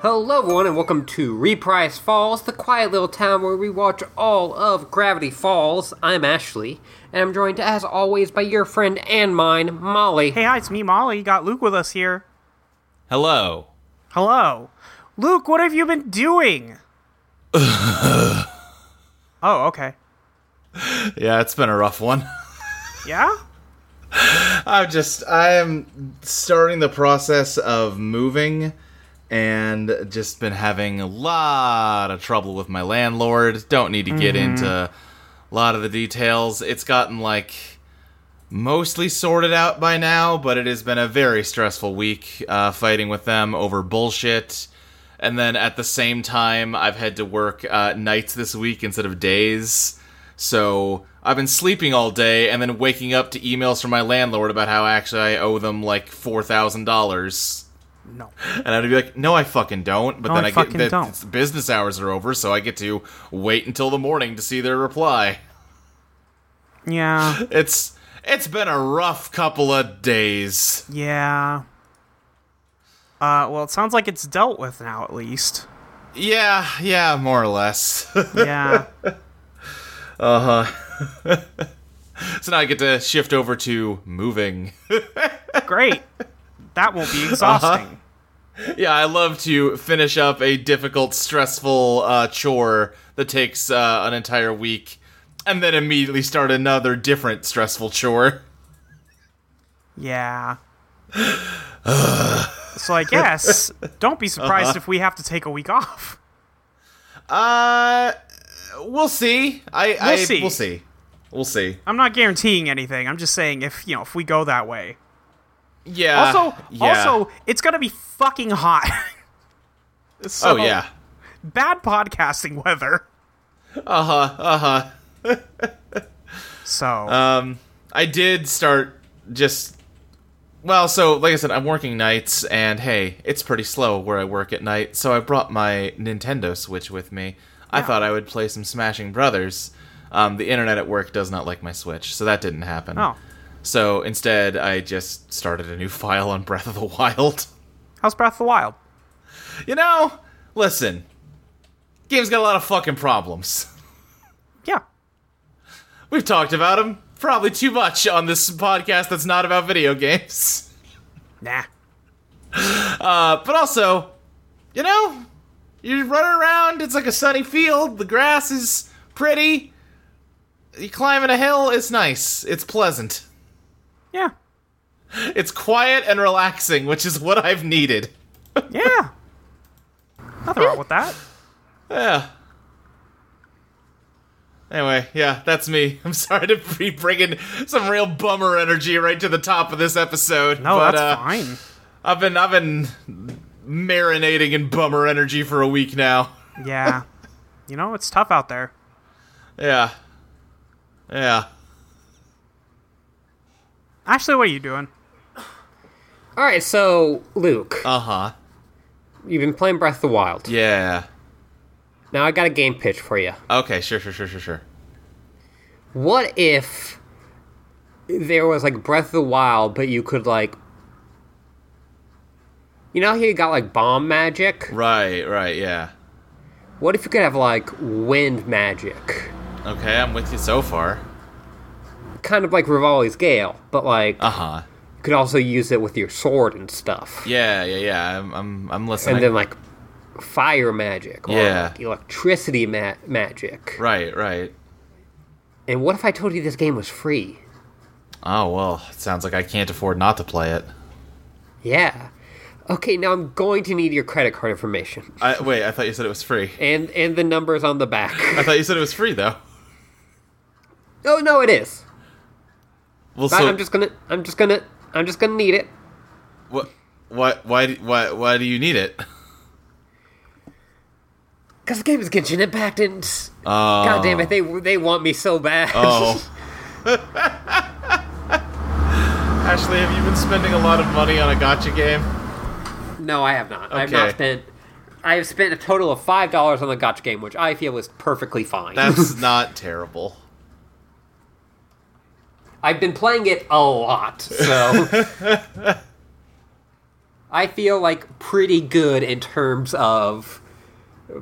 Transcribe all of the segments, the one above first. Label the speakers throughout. Speaker 1: Hello, everyone, and welcome to Reprise Falls, the quiet little town where we watch all of Gravity Falls. I'm Ashley, and I'm joined, as always, by your friend and mine, Molly.
Speaker 2: Hey, hi, it's me, Molly. You got Luke with us here.
Speaker 3: Hello.
Speaker 2: Hello. Luke, what have you been doing? oh, okay.
Speaker 3: Yeah, it's been a rough one.
Speaker 2: Yeah?
Speaker 3: I'm just I am starting the process of moving and just been having a lot of trouble with my landlord. Don't need to get into a lot of the details. It's gotten like mostly sorted out by now, but it has been a very stressful week uh, fighting with them over bullshit. And then at the same time, I've had to work uh, nights this week instead of days. So I've been sleeping all day and then waking up to emails from my landlord about how actually I owe them like four thousand dollars.
Speaker 2: No.
Speaker 3: And I'd be like, "No, I fucking don't." But
Speaker 2: No,
Speaker 3: then
Speaker 2: I
Speaker 3: I, get
Speaker 2: fucking
Speaker 3: that
Speaker 2: don't.
Speaker 3: it's- the business hours are over, so I get to wait until the morning to see their reply.
Speaker 2: Yeah.
Speaker 3: It's it's been a rough couple of days.
Speaker 2: Yeah. Uh, well, it sounds like it's dealt with now, at least.
Speaker 3: Yeah, yeah, more or less.
Speaker 2: Yeah.
Speaker 3: so now I get to shift over to moving.
Speaker 2: Great. That will be exhausting.
Speaker 3: Yeah, I love to finish up a difficult, stressful uh, chore that takes uh, an entire week, and then immediately start another different stressful chore.
Speaker 2: Yeah. so I guess don't be surprised if we have to take a week off.
Speaker 3: Uh, we'll see. I we'll I,
Speaker 2: see.
Speaker 3: We'll see. We'll see.
Speaker 2: I'm not guaranteeing anything. I'm just saying if, you know, if we go that way.
Speaker 3: Yeah. Oh,
Speaker 2: Also,
Speaker 3: Uh, yeah.
Speaker 2: also, it's gonna be fucking hot.
Speaker 3: Oh
Speaker 2: So,
Speaker 3: yeah.
Speaker 2: bad podcasting weather.
Speaker 3: Uh huh. Uh huh.
Speaker 2: So
Speaker 3: Um, I did start just. Well, so like I said, I'm working nights, and hey, it's pretty slow where I work at night. So I brought my Nintendo Switch with me. I thought I would play some Smashing Brothers. Um, the internet at work does not like my Switch, so that didn't happen.
Speaker 2: oh,
Speaker 3: So instead, I just started a new file on Breath of the Wild.
Speaker 2: how's Breath of the Wild?
Speaker 3: You know, listen, game's got a lot of fucking problems.
Speaker 2: Yeah,
Speaker 3: We've talked about them probably too much on this podcast that's not about video games.
Speaker 2: nah.
Speaker 3: But also, you know, you run around, it's like a sunny field, the grass is pretty. You climbing a hill, it's nice, it's pleasant.
Speaker 2: Yeah,
Speaker 3: It's quiet and relaxing, which is what I've needed.
Speaker 2: yeah. Nothing wrong with that.
Speaker 3: Yeah. Anyway, yeah, that's me. I'm sorry to be bringing some real bummer energy right to the top of this episode.
Speaker 2: No,
Speaker 3: but,
Speaker 2: that's
Speaker 3: uh,
Speaker 2: fine.
Speaker 3: I've been I've been marinating in bummer energy for a week now.
Speaker 2: Yeah, you know it's tough out there.
Speaker 3: Yeah. Yeah.
Speaker 2: Ashley, what are you doing?
Speaker 1: All right, so, Luke,
Speaker 3: Uh huh.
Speaker 1: you've been playing Breath of the Wild.
Speaker 3: Yeah.
Speaker 1: Now, I got a game pitch for you.
Speaker 3: Okay. Sure. Sure. Sure. Sure. Sure.
Speaker 1: What if there was, like, Breath of the Wild, but you could, like, you know how you got, like, bomb magic?
Speaker 3: Right. Right. Yeah.
Speaker 1: What if you could have, like, wind magic?
Speaker 3: Okay. I'm with you so far.
Speaker 1: Kind of like Rivali's Gale, but, like,
Speaker 3: Uh huh.
Speaker 1: you could also use it with your sword and stuff.
Speaker 3: Yeah. Yeah. Yeah. I'm. I'm. I'm listening.
Speaker 1: and then like fire magic or
Speaker 3: Yeah.
Speaker 1: like, electricity ma- magic.
Speaker 3: right. Right.
Speaker 1: And what if I told you this game was free?
Speaker 3: Oh well. It sounds like I can't afford not to play it.
Speaker 1: Yeah. Okay, now I'm going to need your credit card information
Speaker 3: I wait. I thought you said it was free.
Speaker 1: and and the numbers on the back.
Speaker 3: I thought you said it was free though.
Speaker 1: oh no, it is.
Speaker 3: Well,
Speaker 1: But
Speaker 3: so
Speaker 1: I'm just gonna I'm just gonna I'm just gonna need it
Speaker 3: what? Why? Why? do- Why? Why do you need it? Um,
Speaker 1: because the game is Genshin Impact and
Speaker 3: Oh.
Speaker 1: God damn it, they they want me so bad.
Speaker 3: Oh. Ashley, have you been spending a lot of money on a gotcha game?
Speaker 1: no, I have not. I have not
Speaker 3: Okay.
Speaker 1: spent. I have spent a total of five dollars on the Gotcha game, which I feel is perfectly fine.
Speaker 3: That's not terrible.
Speaker 1: I've been playing it a lot, so I feel like pretty good in terms of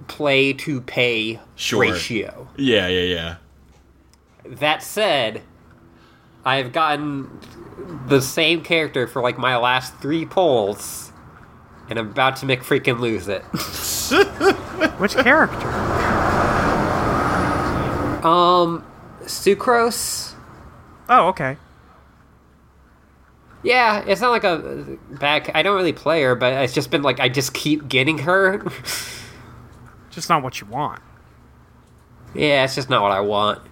Speaker 1: play to pay
Speaker 3: Sure.
Speaker 1: ratio.
Speaker 3: Yeah, yeah, yeah.
Speaker 1: That said, I have gotten the same character for like my last three polls, and I'm about to make freaking lose it.
Speaker 2: Which character?
Speaker 1: um, Sucrose.
Speaker 2: Oh, okay.
Speaker 1: Yeah, it's not like a back. I don't really play her, but it's just been like I just keep getting her.
Speaker 2: Just not what you want.
Speaker 1: yeah, it's just not what I want.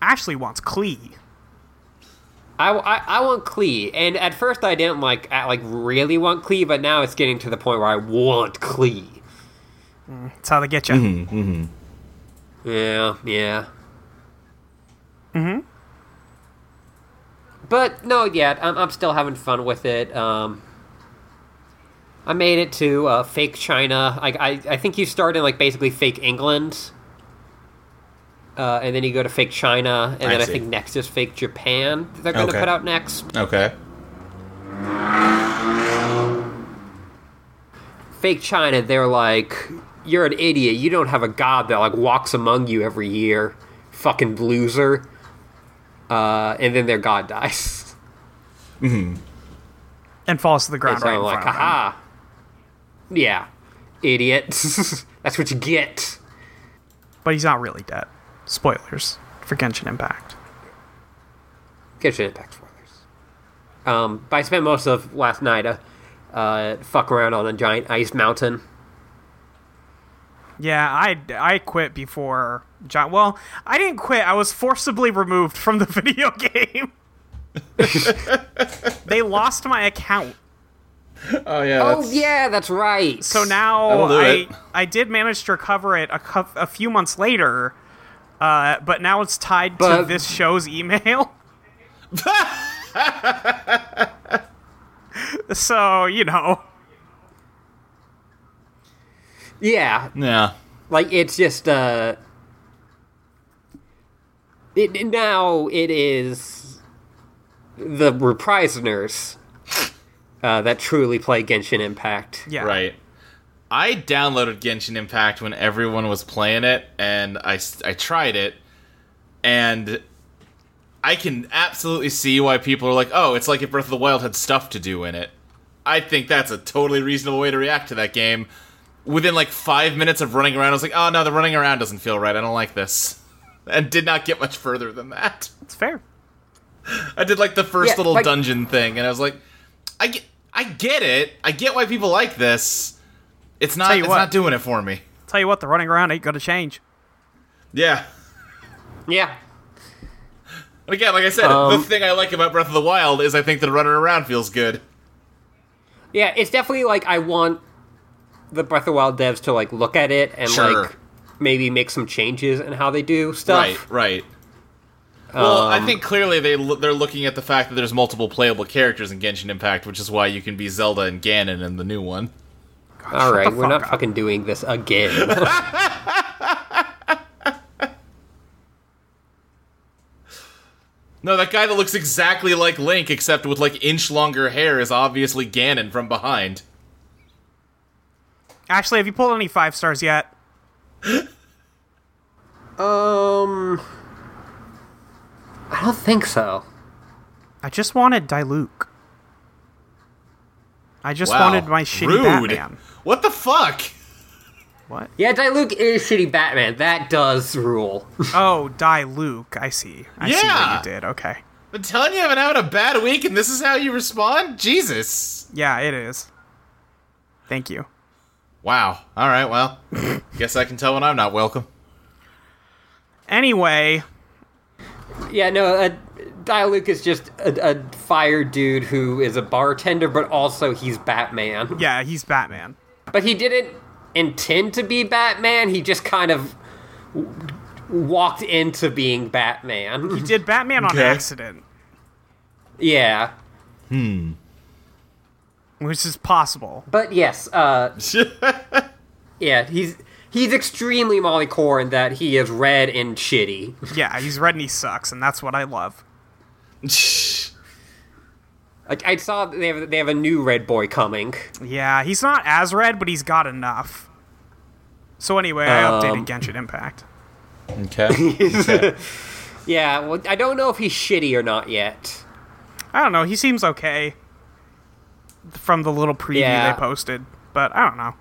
Speaker 2: Ashley wants Clee.
Speaker 1: I, I, I want Klee, and at first I didn't like I, like really want Klee, but now it's getting to the point where I want Klee.
Speaker 2: That's how they get you.
Speaker 3: Mm-hmm.
Speaker 1: Yeah, yeah. Mm-hmm. But no, yeah, I'm, I'm still having fun with it. Um, I made it to uh, fake China. I, I I think you start in like basically fake England, uh, and then you go to fake China, and
Speaker 3: I
Speaker 1: then
Speaker 3: see.
Speaker 1: I think next is fake Japan. that They're going to
Speaker 3: Okay.
Speaker 1: put out next
Speaker 3: Okay.
Speaker 1: fake China, they're like, "You're an idiot. You don't have a god that like walks among you every year, fucking loser." Uh, and then their god dies.
Speaker 2: And falls to the
Speaker 1: And
Speaker 2: ground
Speaker 1: so
Speaker 2: right
Speaker 1: I'm
Speaker 2: in
Speaker 1: like,
Speaker 2: front of them.
Speaker 1: "Haha, yeah, idiot. That's what you get."
Speaker 2: But he's not really dead. Spoilers for Genshin Impact.
Speaker 1: Kitchen Impact spoilers. Um, but I spent most of last night uh, uh, fuck around on a giant ice mountain.
Speaker 2: Yeah, I, I quit before John. Well, I didn't quit. I was forcibly removed from the video game. they lost my account.
Speaker 3: Oh yeah.
Speaker 1: Oh
Speaker 3: that's-
Speaker 1: yeah, that's right.
Speaker 2: So now
Speaker 3: That'll do
Speaker 2: I,
Speaker 3: it.
Speaker 2: I did manage to recover it a, cou- a few months later, uh, but now it's tied to
Speaker 1: But-
Speaker 2: this show's email. so, you know,
Speaker 1: yeah,
Speaker 3: Yeah.
Speaker 1: like it's just uh it now it is the reprisoners uh, that truly play Genshin Impact.
Speaker 2: yeah.
Speaker 3: Right. I downloaded Genshin Impact when everyone was playing it, and I, s- I tried it, and I can absolutely see why people are like, oh, it's like if Breath of the Wild had stuff to do in it. I think that's a totally reasonable way to react to that game. Within like five minutes of running around, I was like, oh no, the running around doesn't feel right. I don't like this. And did not get much further than that.
Speaker 2: It's fair.
Speaker 3: I did like the first
Speaker 1: Yeah,
Speaker 3: little
Speaker 1: like-
Speaker 3: dungeon thing, and I was like, I get, I get it. I get why people like this. It's not,
Speaker 2: Tell you
Speaker 3: it's
Speaker 2: what.
Speaker 3: not doing it for me.
Speaker 2: Tell you what, the running around ain't going to change.
Speaker 3: Yeah.
Speaker 1: Yeah.
Speaker 3: And again, like I said,
Speaker 1: Um,
Speaker 3: the thing I like about Breath of the Wild is I think the running around feels good.
Speaker 1: Yeah, it's definitely like I want the Breath of the Wild devs to like look at it and
Speaker 3: Sure.
Speaker 1: like maybe make some changes in how they do stuff.
Speaker 3: Right, right. Well, I think clearly they lo- they're looking at the fact that there's multiple playable characters in Genshin Impact, which is why you can be Zelda and Ganon in the new one.
Speaker 1: All right,
Speaker 2: the
Speaker 1: we're not
Speaker 2: fuck up.
Speaker 1: fucking doing this again.
Speaker 3: No, that guy that looks exactly like Link except with like inch longer hair is obviously Ganon from behind.
Speaker 2: Ashley, have you pulled any five stars yet?
Speaker 1: um I don't think so.
Speaker 2: I just wanted Diluc. I just
Speaker 3: Wow.
Speaker 2: wanted my shitty
Speaker 3: Rude.
Speaker 2: Batman.
Speaker 3: What the fuck?
Speaker 2: What?
Speaker 1: Yeah, Diluc is shitty Batman. That does rule.
Speaker 2: Oh, Diluc. I see. I see
Speaker 3: Yeah.
Speaker 2: what you did. Okay.
Speaker 3: Been telling you I've been having a bad week and this is how you respond? Jesus.
Speaker 2: Yeah, it is. Thank you.
Speaker 3: Wow. All right, well, guess I can tell when I'm not welcome.
Speaker 2: Anyway,
Speaker 1: Yeah, no, uh, Diluc is just a, a fire dude who is a bartender, but also he's Batman.
Speaker 2: yeah, he's Batman.
Speaker 1: But he didn't intend to be Batman, he just kind of w- walked into being Batman.
Speaker 2: Did Batman on
Speaker 3: Okay.
Speaker 2: accident,
Speaker 1: yeah.
Speaker 2: which is possible.
Speaker 1: But yes, uh, yeah, he's he's extremely Molly Core in that he is red and shitty.
Speaker 2: Yeah, he's red and he sucks, and that's what I love.
Speaker 3: Shh.
Speaker 1: Like I saw they have they have a new Red Boy coming.
Speaker 2: Yeah, he's not as red, but he's got enough. So anyway, I updated
Speaker 1: Um,
Speaker 2: Genshin Impact.
Speaker 3: Okay. okay.
Speaker 1: Yeah, well, I don't know if he's shitty or not yet.
Speaker 2: I don't know. He seems okay from the little preview
Speaker 1: Yeah.
Speaker 2: they posted, but I don't know.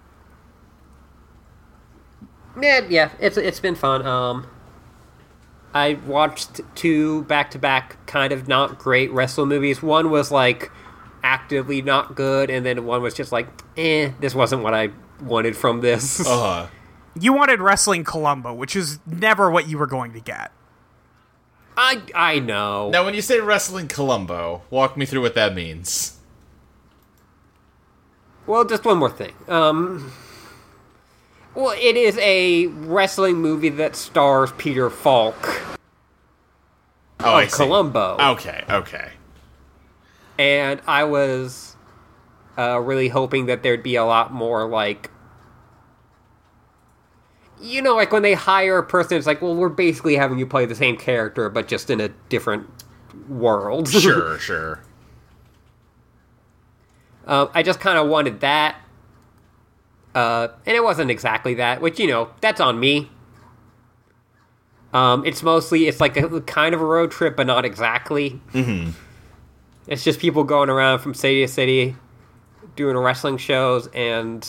Speaker 1: Yeah, yeah, it's it's been fun. Um, I watched two back to back kind of not great wrestle movies. One was like actively not good, and then one was just like, eh, this wasn't what I wanted from this.
Speaker 3: Uh,
Speaker 2: You wanted Wrestling Columbo, which is never what you were going to get.
Speaker 1: I I know.
Speaker 3: now, when you say wrestling Columbo, walk me through what that means.
Speaker 1: Well, just one more thing. Um, well, it is a wrestling movie that stars Peter Falk.
Speaker 3: Oh, I see.
Speaker 1: Columbo.
Speaker 3: Okay, okay.
Speaker 1: and I was uh, really hoping that there'd be a lot more like, you know, like when they hire a person, it's like, well, we're basically having you play the same character, but just in a different world.
Speaker 3: Sure, sure.
Speaker 1: uh, I just kind of wanted that, uh, and it wasn't exactly that. Which you know, that's on me. Um, it's mostly it's like a kind of a road trip, but not exactly. Mm-hmm. It's just people going around from city to city, doing wrestling shows, and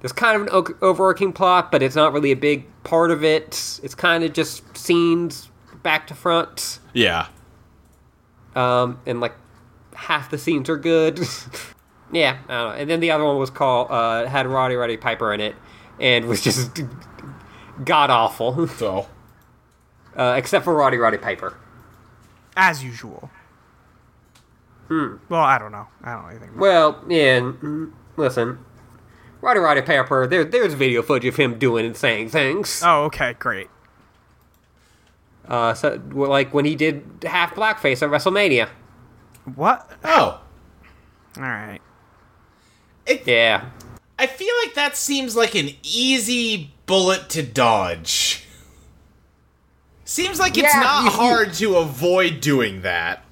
Speaker 1: there's kind of an o- overarching plot, but it's not really a big part of it. It's kind of just scenes back to front,
Speaker 3: Yeah.
Speaker 1: um, and like half the scenes are good. yeah, I don't know. And then the other one was called uh, had Roddy Roddy Piper in it, and was just god awful,
Speaker 3: So,
Speaker 1: uh, except for Roddy Roddy Piper.
Speaker 2: as usual.
Speaker 3: Hmm.
Speaker 2: Well, I don't know. I don't know anything. about-
Speaker 1: Well, yeah. mm, Listen, Roddy Roddy Piper. There, there's video footage of him doing and saying things.
Speaker 2: Oh, okay, great.
Speaker 1: Uh, so well, like when he did half blackface at WrestleMania.
Speaker 2: What?
Speaker 3: oh,
Speaker 2: All right.
Speaker 1: Yeah.
Speaker 3: I feel like that seems like an easy bullet to dodge. Seems like it's
Speaker 1: Yeah,
Speaker 3: not
Speaker 1: you- you-
Speaker 3: hard to avoid doing that.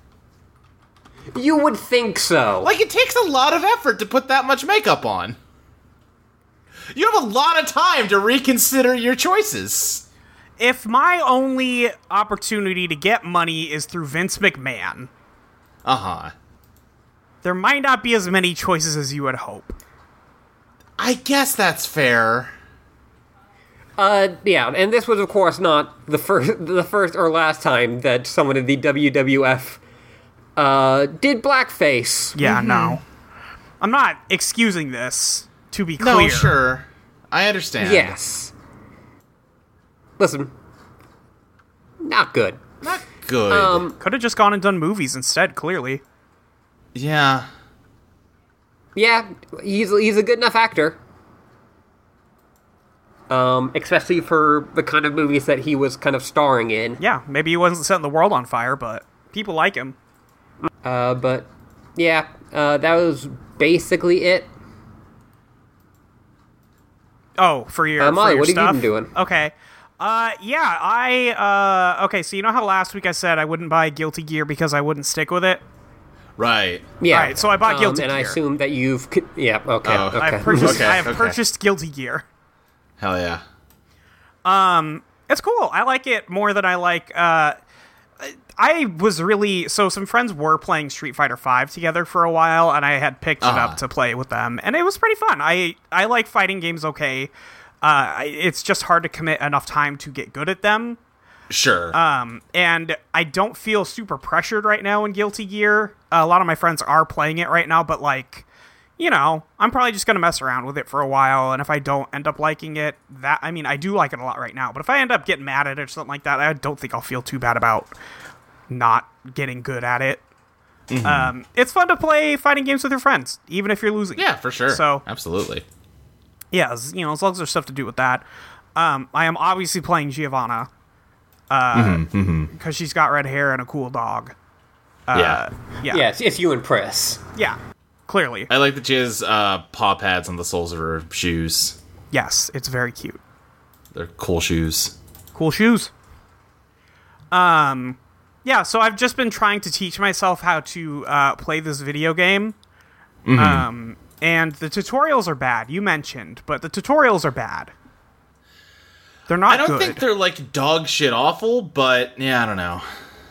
Speaker 1: You would think so.
Speaker 3: Like it takes a lot of effort to put that much makeup on. You have a lot of time to reconsider your choices.
Speaker 2: If my only opportunity to get money is through Vince McMahon,
Speaker 3: Uh-huh.
Speaker 2: there might not be as many choices as you would hope.
Speaker 3: I guess that's fair.
Speaker 1: Uh, yeah, and this was, of course, not the first, the first or last time that someone in the WWF uh, did blackface.
Speaker 2: Yeah,
Speaker 3: Mm-hmm.
Speaker 2: no. I'm not excusing this, to be
Speaker 3: No,
Speaker 2: clear.
Speaker 3: sure. I understand.
Speaker 1: Yes. Listen, not good.
Speaker 3: Not good.
Speaker 1: Um,
Speaker 2: Could have just gone and done movies instead, clearly.
Speaker 3: yeah.
Speaker 1: yeah, he's he's a good enough actor. Um, especially for the kind of movies that he was kind of starring in.
Speaker 2: Yeah, maybe he wasn't setting the world on fire, but people like him.
Speaker 1: Uh, but yeah, uh, that was basically it.
Speaker 2: Oh, for your,
Speaker 1: Uh,
Speaker 2: for
Speaker 1: Molly,
Speaker 2: your
Speaker 1: what have you
Speaker 2: stuff?
Speaker 1: been doing?
Speaker 2: Okay. Uh, yeah, I, uh, okay, so you know how last week I said I wouldn't buy Guilty Gear because I wouldn't stick with it?
Speaker 3: Right.
Speaker 1: Yeah. Um,
Speaker 2: Alright, so I bought Guilty
Speaker 1: and I
Speaker 2: Gear.
Speaker 1: assume that you've. c- Yeah. Okay.
Speaker 3: Oh.
Speaker 1: okay.
Speaker 2: I have purchased,
Speaker 3: Okay,
Speaker 2: I have
Speaker 3: okay.
Speaker 2: purchased Guilty Gear.
Speaker 3: Hell yeah.
Speaker 2: It's cool. I like it more than I like, uh, I was really so some friends were playing Street Fighter 5 together for a while and I had picked it
Speaker 3: Ah.
Speaker 2: up to play with them and it was pretty fun. I I like fighting games okay. Uh, I- it's just hard to commit enough time to get good at them.
Speaker 3: Sure.
Speaker 2: Um, and I don't feel super pressured right now in Guilty Gear. a lot of my friends are playing it right now, but like, you know, I'm probably just gonna mess around with it for a while. And if I don't end up liking it, that I mean, I do like it a lot right now. But if I end up getting mad at it or something like that, I don't think I'll feel too bad about not getting good at it. Um, it's fun to play fighting games with your friends, even if you're losing.
Speaker 3: yeah, for sure.
Speaker 2: So
Speaker 3: absolutely.
Speaker 2: yeah, as, you know, as long as there's stuff to do with that. Um, I am obviously playing Giovanna because she's got red hair and a cool dog.
Speaker 3: yeah.
Speaker 2: Yeah,
Speaker 1: Yeah, it's, it's you and Press.
Speaker 2: yeah, clearly,
Speaker 3: I like that she has uh, paw pads on the soles of her shoes.
Speaker 2: yes, it's very cute.
Speaker 3: They're cool shoes.
Speaker 2: Cool shoes. Um, yeah, so I've just been trying to teach myself how to uh, play this video game. Um, and the tutorials are bad. You mentioned, but the tutorials are bad. They're not
Speaker 3: I don't
Speaker 2: good.
Speaker 3: think they're like dog shit awful, but yeah, I don't know.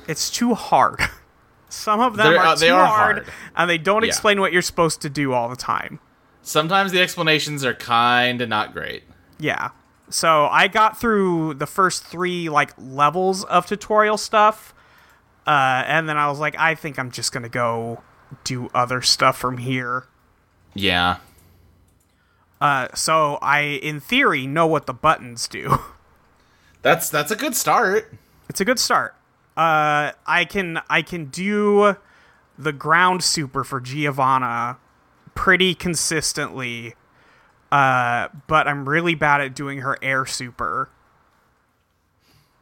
Speaker 2: it's too hard. Some of them
Speaker 3: They're-
Speaker 2: are
Speaker 3: uh, they
Speaker 2: too
Speaker 3: are
Speaker 2: hard,
Speaker 3: hard.
Speaker 2: and they don't
Speaker 3: Yeah.
Speaker 2: explain what you're supposed to do all the time.
Speaker 3: Sometimes the explanations are kind of not great.
Speaker 2: Yeah. So I got through the first three like levels of tutorial stuff, uh, and then I was like, I think I'm just gonna go do other stuff from here.
Speaker 3: Yeah.
Speaker 2: Uh, so I, in theory, know what the buttons do.
Speaker 3: That's that's a good start.
Speaker 2: it's a good start. Uh, I can I can do the ground super for Giovanna pretty consistently, uh, but I'm really bad at doing her air super.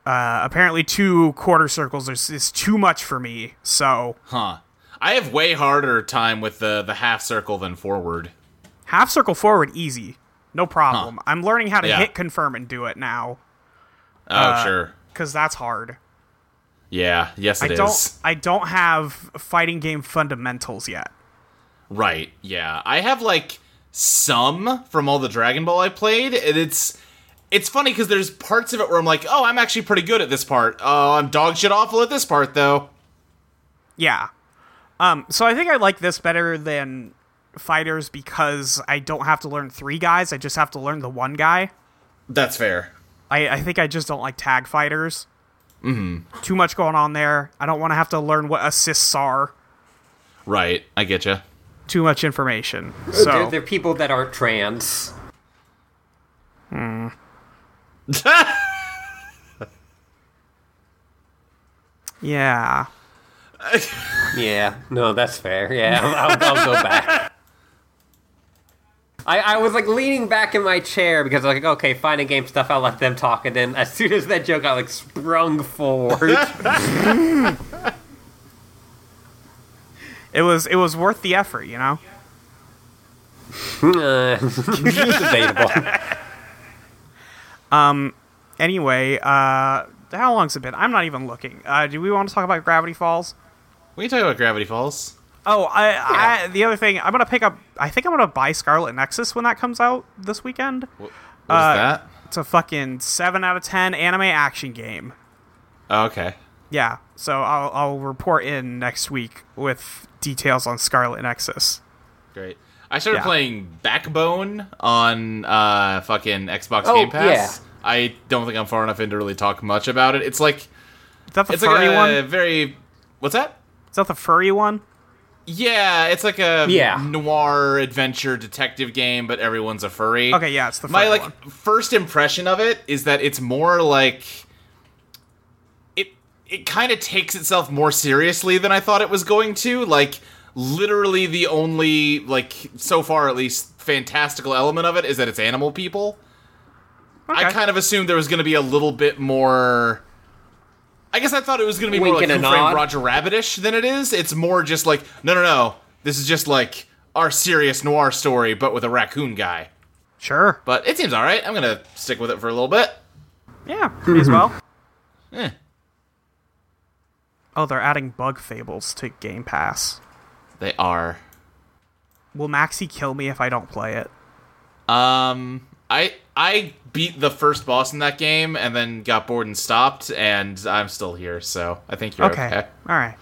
Speaker 2: Uh, apparently, two quarter circles is, is too much for me. So
Speaker 3: Huh. I have way harder time with the the half circle than forward.
Speaker 2: half circle forward, easy, no problem. I'm learning how to
Speaker 3: Yeah.
Speaker 2: hit confirm and do it now
Speaker 3: Oh,
Speaker 2: Uh,
Speaker 3: sure.
Speaker 2: because that's hard.
Speaker 3: Yeah, yes it
Speaker 2: I
Speaker 3: is.
Speaker 2: don't I don't have fighting game fundamentals yet.
Speaker 3: Right. Yeah. I have like some from all the Dragon Ball I played, and it's it's funny because there's parts of it where I'm like, oh, I'm actually pretty good at this part. Oh, I'm dog shit awful at this part though.
Speaker 2: Yeah. Um, so I think I like this better than fighters because I don't have to learn three guys. I just have to learn the one guy.
Speaker 3: That's fair.
Speaker 2: I, I think I just don't like tag fighters. Mm-hmm. Too much going on there. I don't want to have to learn what assists are.
Speaker 3: Right. I get you.
Speaker 2: Too much information.
Speaker 1: They're,
Speaker 2: So
Speaker 1: they're people that aren't trans.
Speaker 2: yeah,
Speaker 1: Yeah, no, that's fair. Yeah, I'll, I'll, I'll go back. I, I was like leaning back in my chair because I was like, okay, finding game stuff, I'll let them talk. And then as soon as that joke, I like sprung forward.
Speaker 2: it was it was worth the effort. You know.
Speaker 1: Uh, debatable.
Speaker 2: Anyway, uh, how long's it been? I'm not even looking. Uh, do we want to talk about Gravity Falls?
Speaker 3: We can talk about Gravity Falls.
Speaker 2: Oh, I, I the other thing I'm gonna pick up. I think I'm gonna buy Scarlet Nexus when that comes out this weekend.
Speaker 3: What, what
Speaker 2: Uh,
Speaker 3: is that?
Speaker 2: It's a fucking seven out of ten anime action game.
Speaker 3: Oh, okay.
Speaker 2: Yeah, so I'll I'll report in next week with details on Scarlet Nexus.
Speaker 3: Great. I started
Speaker 2: Yeah.
Speaker 3: playing Backbone on uh fucking Xbox
Speaker 1: Oh,
Speaker 3: Game Pass.
Speaker 1: yeah.
Speaker 3: I don't think I'm far enough in to really talk much about it. It's like
Speaker 2: Is that the
Speaker 3: it's
Speaker 2: furry
Speaker 3: like a
Speaker 2: one?
Speaker 3: very what's that?
Speaker 2: Is that the furry one?
Speaker 3: Yeah, it's like a
Speaker 1: Yeah.
Speaker 3: noir adventure detective game, but everyone's a furry.
Speaker 2: Okay, yeah, it's the
Speaker 3: My
Speaker 2: furry
Speaker 3: like
Speaker 2: one.
Speaker 3: first impression of it is that it's more like it it kind of takes itself more seriously than I thought it was going to. Like literally the only like so far at least fantastical element of it is that it's animal people. I
Speaker 2: Okay.
Speaker 3: kind of assumed there was going to be a little bit more I guess I thought it was going to be more
Speaker 1: Wink
Speaker 3: like
Speaker 1: and
Speaker 3: Who
Speaker 1: a
Speaker 3: Framed
Speaker 1: nod.
Speaker 3: Roger Rabbitish than it is. It's more just like no, no, no. This is just like our serious noir story, but with a raccoon guy.
Speaker 2: Sure.
Speaker 3: But it seems all right. I'm gonna stick with it for a little bit.
Speaker 2: Yeah, may as well.
Speaker 3: Eh.
Speaker 2: Oh, they're adding bug fables to Game Pass.
Speaker 3: They are.
Speaker 2: Will Maxi kill me if I don't play it?
Speaker 3: Um, I I beat the first boss in that game and then got bored and stopped, and I'm still here. So I think you're okay.
Speaker 2: Okay. All right.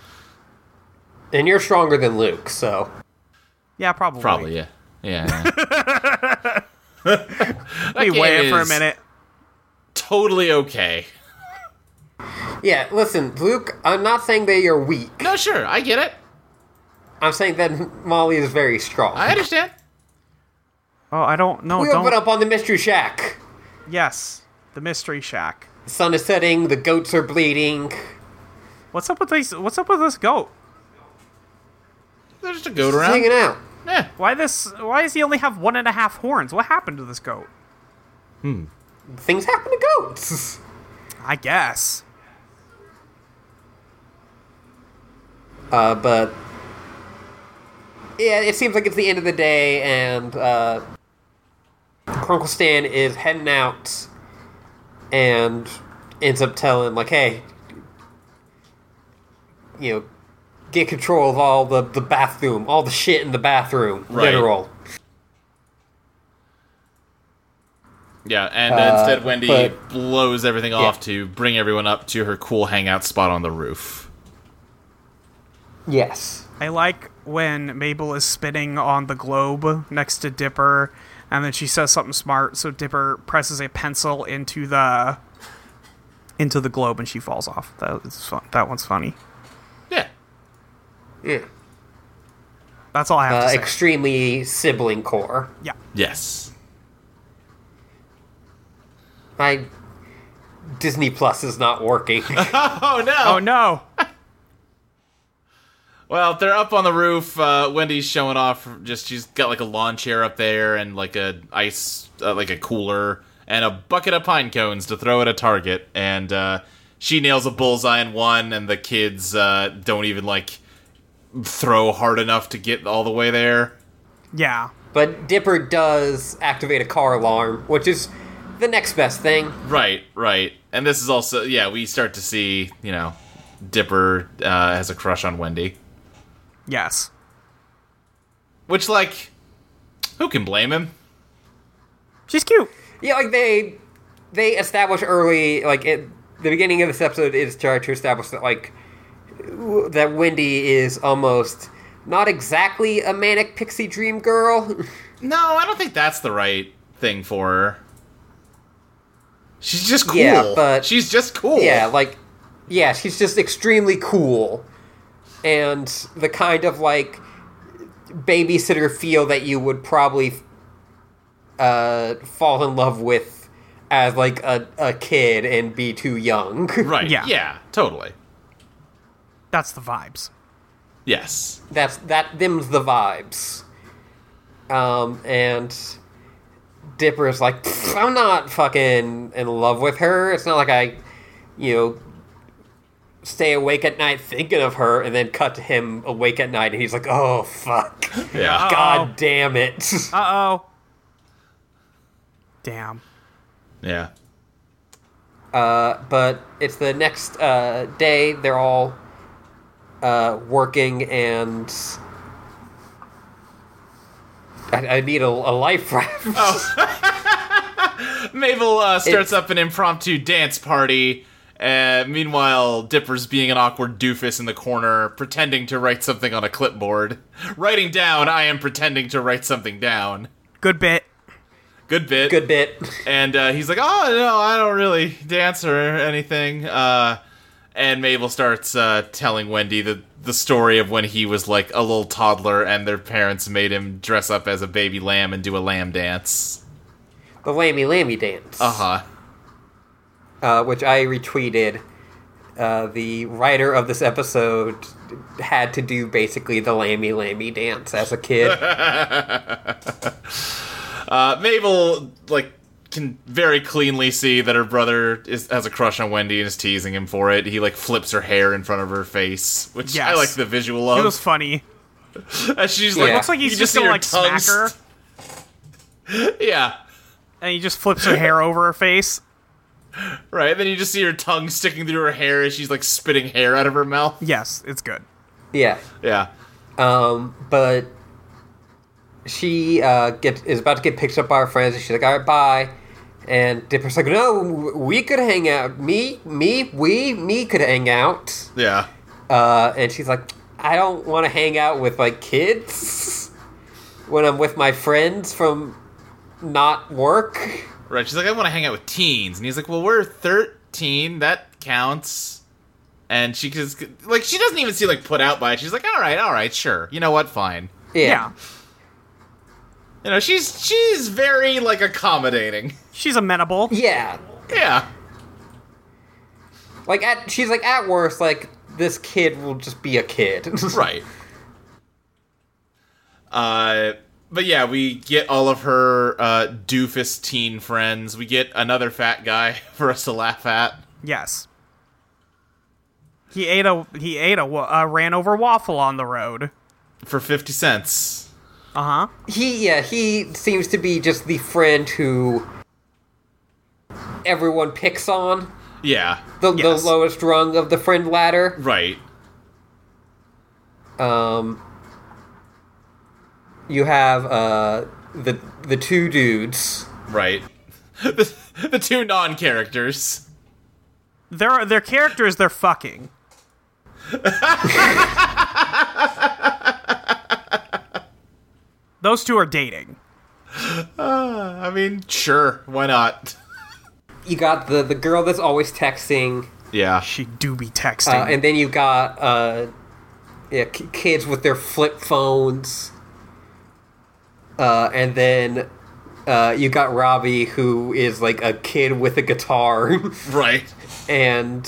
Speaker 1: and you're stronger than Luke, so.
Speaker 2: Yeah, probably.
Speaker 3: Probably yeah. Yeah.
Speaker 2: Let me
Speaker 3: game
Speaker 2: wait for a
Speaker 3: is-
Speaker 2: minute.
Speaker 3: totally okay.
Speaker 1: Yeah, listen, Luke, I'm not saying that you're weak.
Speaker 3: No, sure, I get it.
Speaker 1: I'm saying that Molly is very strong.
Speaker 3: I understand.
Speaker 2: Oh, I don't know.
Speaker 1: we
Speaker 2: Don't.
Speaker 1: open up on the Mystery Shack.
Speaker 2: Yes, the Mystery Shack.
Speaker 1: The sun is setting, the goats are bleeding.
Speaker 2: What's up with these? What's up with this goat?
Speaker 3: There's just a goat
Speaker 1: Just
Speaker 3: around.
Speaker 1: hanging out.
Speaker 3: Yeah.
Speaker 2: Why this? Why does he only have one and a half horns? What happened to this goat?
Speaker 1: Things happen to goats.
Speaker 2: I guess.
Speaker 1: Uh, but yeah, it seems like it's the end of the day, and uh, Crunkle Stan is heading out, and ends up telling like, "Hey, you know, get control of all the, the bathroom, all the shit in the bathroom.
Speaker 3: Right.
Speaker 1: Literal.
Speaker 3: Yeah, and uh, instead Wendy
Speaker 1: but-
Speaker 3: blows everything off to bring everyone up to her cool hangout spot on the roof.
Speaker 1: Yes.
Speaker 2: I like when Mabel is spinning on the globe next to Dipper, and then she says something smart. So Dipper presses a pencil into the into the globe, and she falls off. That was fun. That one's funny.
Speaker 3: Yeah.
Speaker 1: Yeah.
Speaker 2: That's all I
Speaker 1: Uh,
Speaker 2: have to say.
Speaker 1: extremely sibling core.
Speaker 2: yeah,
Speaker 3: Yes.
Speaker 1: My Disney Plus is not working.
Speaker 3: Oh no.
Speaker 2: Oh no!
Speaker 3: Well, they're up on the roof. Uh, Wendy's showing off. Just she's got like a lawn chair up there, and like a ice, uh, like a cooler, and a bucket of pine cones to throw at a target. And uh, she nails a bullseye in one, and the kids uh, don't even like throw hard enough to get all the way there.
Speaker 2: Yeah,
Speaker 1: but Dipper does activate a car alarm, which is the next best thing.
Speaker 3: Right, right. And this is also yeah. We start to see you know, Dipper uh, has a crush on Wendy,
Speaker 2: yes.
Speaker 3: which like, who can blame him?
Speaker 2: She's cute.
Speaker 1: Yeah, like they they establish early, like at the beginning of this episode is trying to establish that like w- that Wendy is almost not exactly a manic pixie dream girl.
Speaker 3: No, I don't think that's the right thing for her. She's just cool.
Speaker 1: Yeah, but-
Speaker 3: she's just cool.
Speaker 1: yeah, like yeah, she's just extremely cool and the kind of like babysitter feel that you would probably uh fall in love with as like a, a kid and be too young.
Speaker 3: right. Yeah.
Speaker 2: Yeah.
Speaker 3: yeah, totally.
Speaker 2: That's the vibes.
Speaker 3: Yes.
Speaker 1: that's that them's the vibes um and dipper is like "Pfft, i'm not fucking in love with her it's not like i you know stay awake at night thinking of her and then cut to him awake at night and he's like oh fuck
Speaker 3: Yeah.
Speaker 1: god damn it
Speaker 2: Uh oh. Damn.
Speaker 3: Yeah.
Speaker 1: uh, but it's the next uh, day they're all uh, working and I, I need a, a life raft
Speaker 3: Mabel uh, starts
Speaker 1: It's-
Speaker 3: up an impromptu dance party. Uh, meanwhile, Dipper's being an awkward doofus in the corner, pretending to write something on a clipboard. Writing down, I am pretending to write something down.
Speaker 2: Good bit.
Speaker 3: Good bit.
Speaker 1: good bit.
Speaker 3: And uh, he's like, "Oh no, I don't really dance or anything." Uh, and Mabel starts uh, telling Wendy the the story of when he was like a little toddler, and their parents made him dress up as a baby lamb and do a lamb dance.
Speaker 1: The Lammy Lammy dance,
Speaker 3: Uh huh.
Speaker 1: uh, which I retweeted. Uh, the writer of this episode had to do basically the Lammy Lammy dance as a kid.
Speaker 3: Uh, Mabel like can very cleanly see that her brother is has a crush on Wendy and is teasing him for it. He like flips her hair in front of her face, which I
Speaker 2: Yes.
Speaker 3: like the visual
Speaker 2: It was
Speaker 3: of.
Speaker 2: funny.
Speaker 3: And she's like,
Speaker 1: Yeah.
Speaker 2: Looks like he's
Speaker 3: you
Speaker 2: just
Speaker 3: see
Speaker 2: gonna
Speaker 3: her
Speaker 2: like
Speaker 3: tongue
Speaker 2: smack her,
Speaker 3: st- yeah.
Speaker 2: and he just flips her hair over her face.
Speaker 3: Right, then you just see her tongue sticking through her hair as she's like spitting hair out of her mouth.
Speaker 2: Yes, it's good.
Speaker 1: yeah,
Speaker 3: Yeah.
Speaker 1: Um, but she uh, get, is about to get picked up by her friends, and she's like, "All right, bye." And Dipper's like, "No, w- we could hang out. Me, me, we, me could hang out."
Speaker 3: Yeah.
Speaker 1: Uh, and she's like, "I don't want to hang out with like kids when I'm with my friends from not work."
Speaker 3: Right, she's like, I want to hang out with teens. And he's like, Well, we're 13. That counts. And she just, like, she doesn't even seem like put out by it. She's like, All right, all right, sure. You know what? Fine.
Speaker 1: Yeah.
Speaker 2: yeah.
Speaker 3: You know, she's, she's very, like, accommodating.
Speaker 2: She's amenable.
Speaker 1: Yeah.
Speaker 3: Yeah.
Speaker 1: Like at she's like at worst like this kid will just be a kid.
Speaker 3: right. Uh, but yeah, we get all of her uh, doofus teen friends. We get another fat guy for us to laugh at.
Speaker 2: Yes. He ate a he ate a wa- uh, ran over waffle on the road.
Speaker 3: for 50 cents.
Speaker 2: Uh huh.
Speaker 1: He yeah, he seems to be just the friend who everyone picks on.
Speaker 3: Yeah,
Speaker 1: The, the
Speaker 2: Yes.
Speaker 1: lowest rung of the friend ladder.
Speaker 3: right.
Speaker 1: um, you have uh, the the two dudes.
Speaker 3: Right. the, the two non characters.
Speaker 2: They're, they're characters they're fucking. Those two are dating.
Speaker 3: I mean, sure, why not?
Speaker 1: You got the the girl that's always texting,
Speaker 3: Yeah.
Speaker 2: She do be
Speaker 1: uh,
Speaker 2: texting.
Speaker 1: and then you got uh, yeah, k- kids with their flip phones. Uh, and then uh, you got Robbie, who is like a kid with a guitar.
Speaker 3: Right.
Speaker 1: and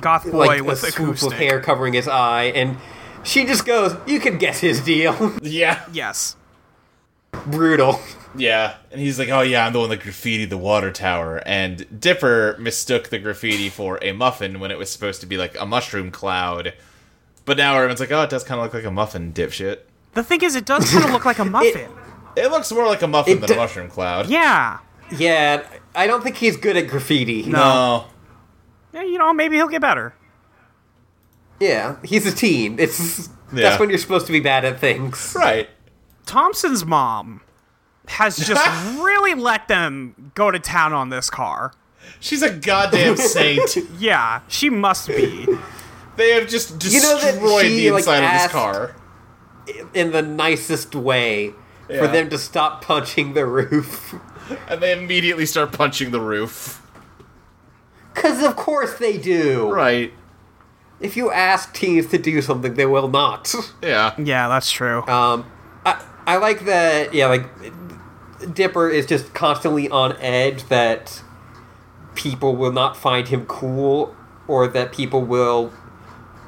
Speaker 2: Goth boy
Speaker 1: like
Speaker 2: with
Speaker 1: a swoop
Speaker 2: acoustic.
Speaker 1: of hair covering his eye, and she just goes, "You could guess his deal."
Speaker 3: Yeah.
Speaker 2: yes.
Speaker 1: Brutal.
Speaker 3: Yeah. And he's like, oh, yeah, I'm the one that graffitied the water tower. And Dipper mistook the graffiti for a muffin when it was supposed to be like a mushroom cloud. But now everyone's like, oh, it does kind of look like a muffin, dipshit.
Speaker 2: The thing is, it does kind of look like a muffin.
Speaker 3: It looks more like a muffin
Speaker 1: It
Speaker 3: than
Speaker 1: do-
Speaker 3: a mushroom cloud.
Speaker 2: yeah.
Speaker 1: Yeah, I don't think he's good at graffiti.
Speaker 3: No.
Speaker 2: Yeah, You know, maybe he'll get better.
Speaker 1: Yeah, he's a teen. It's
Speaker 3: Yeah.
Speaker 1: that's when you're supposed to be bad at things.
Speaker 3: Right.
Speaker 2: Thompson's mom has just really let them go to town on this car.
Speaker 3: She's a goddamn saint.
Speaker 2: Yeah, she must be.
Speaker 3: They have just
Speaker 1: know
Speaker 3: destroyed
Speaker 1: that she,
Speaker 3: the
Speaker 1: like,
Speaker 3: inside of this
Speaker 1: asked-
Speaker 3: car.
Speaker 1: In the nicest way
Speaker 3: Yeah.
Speaker 1: for them to stop punching the roof.
Speaker 3: And they immediately start punching the roof.
Speaker 1: Because of course they do.
Speaker 3: Right.
Speaker 1: If you ask teens to do something, they will not.
Speaker 3: Yeah.
Speaker 2: Yeah, that's true.
Speaker 1: Um, I I like that. Yeah, like Dipper is just constantly on edge that people will not find him cool, or that people will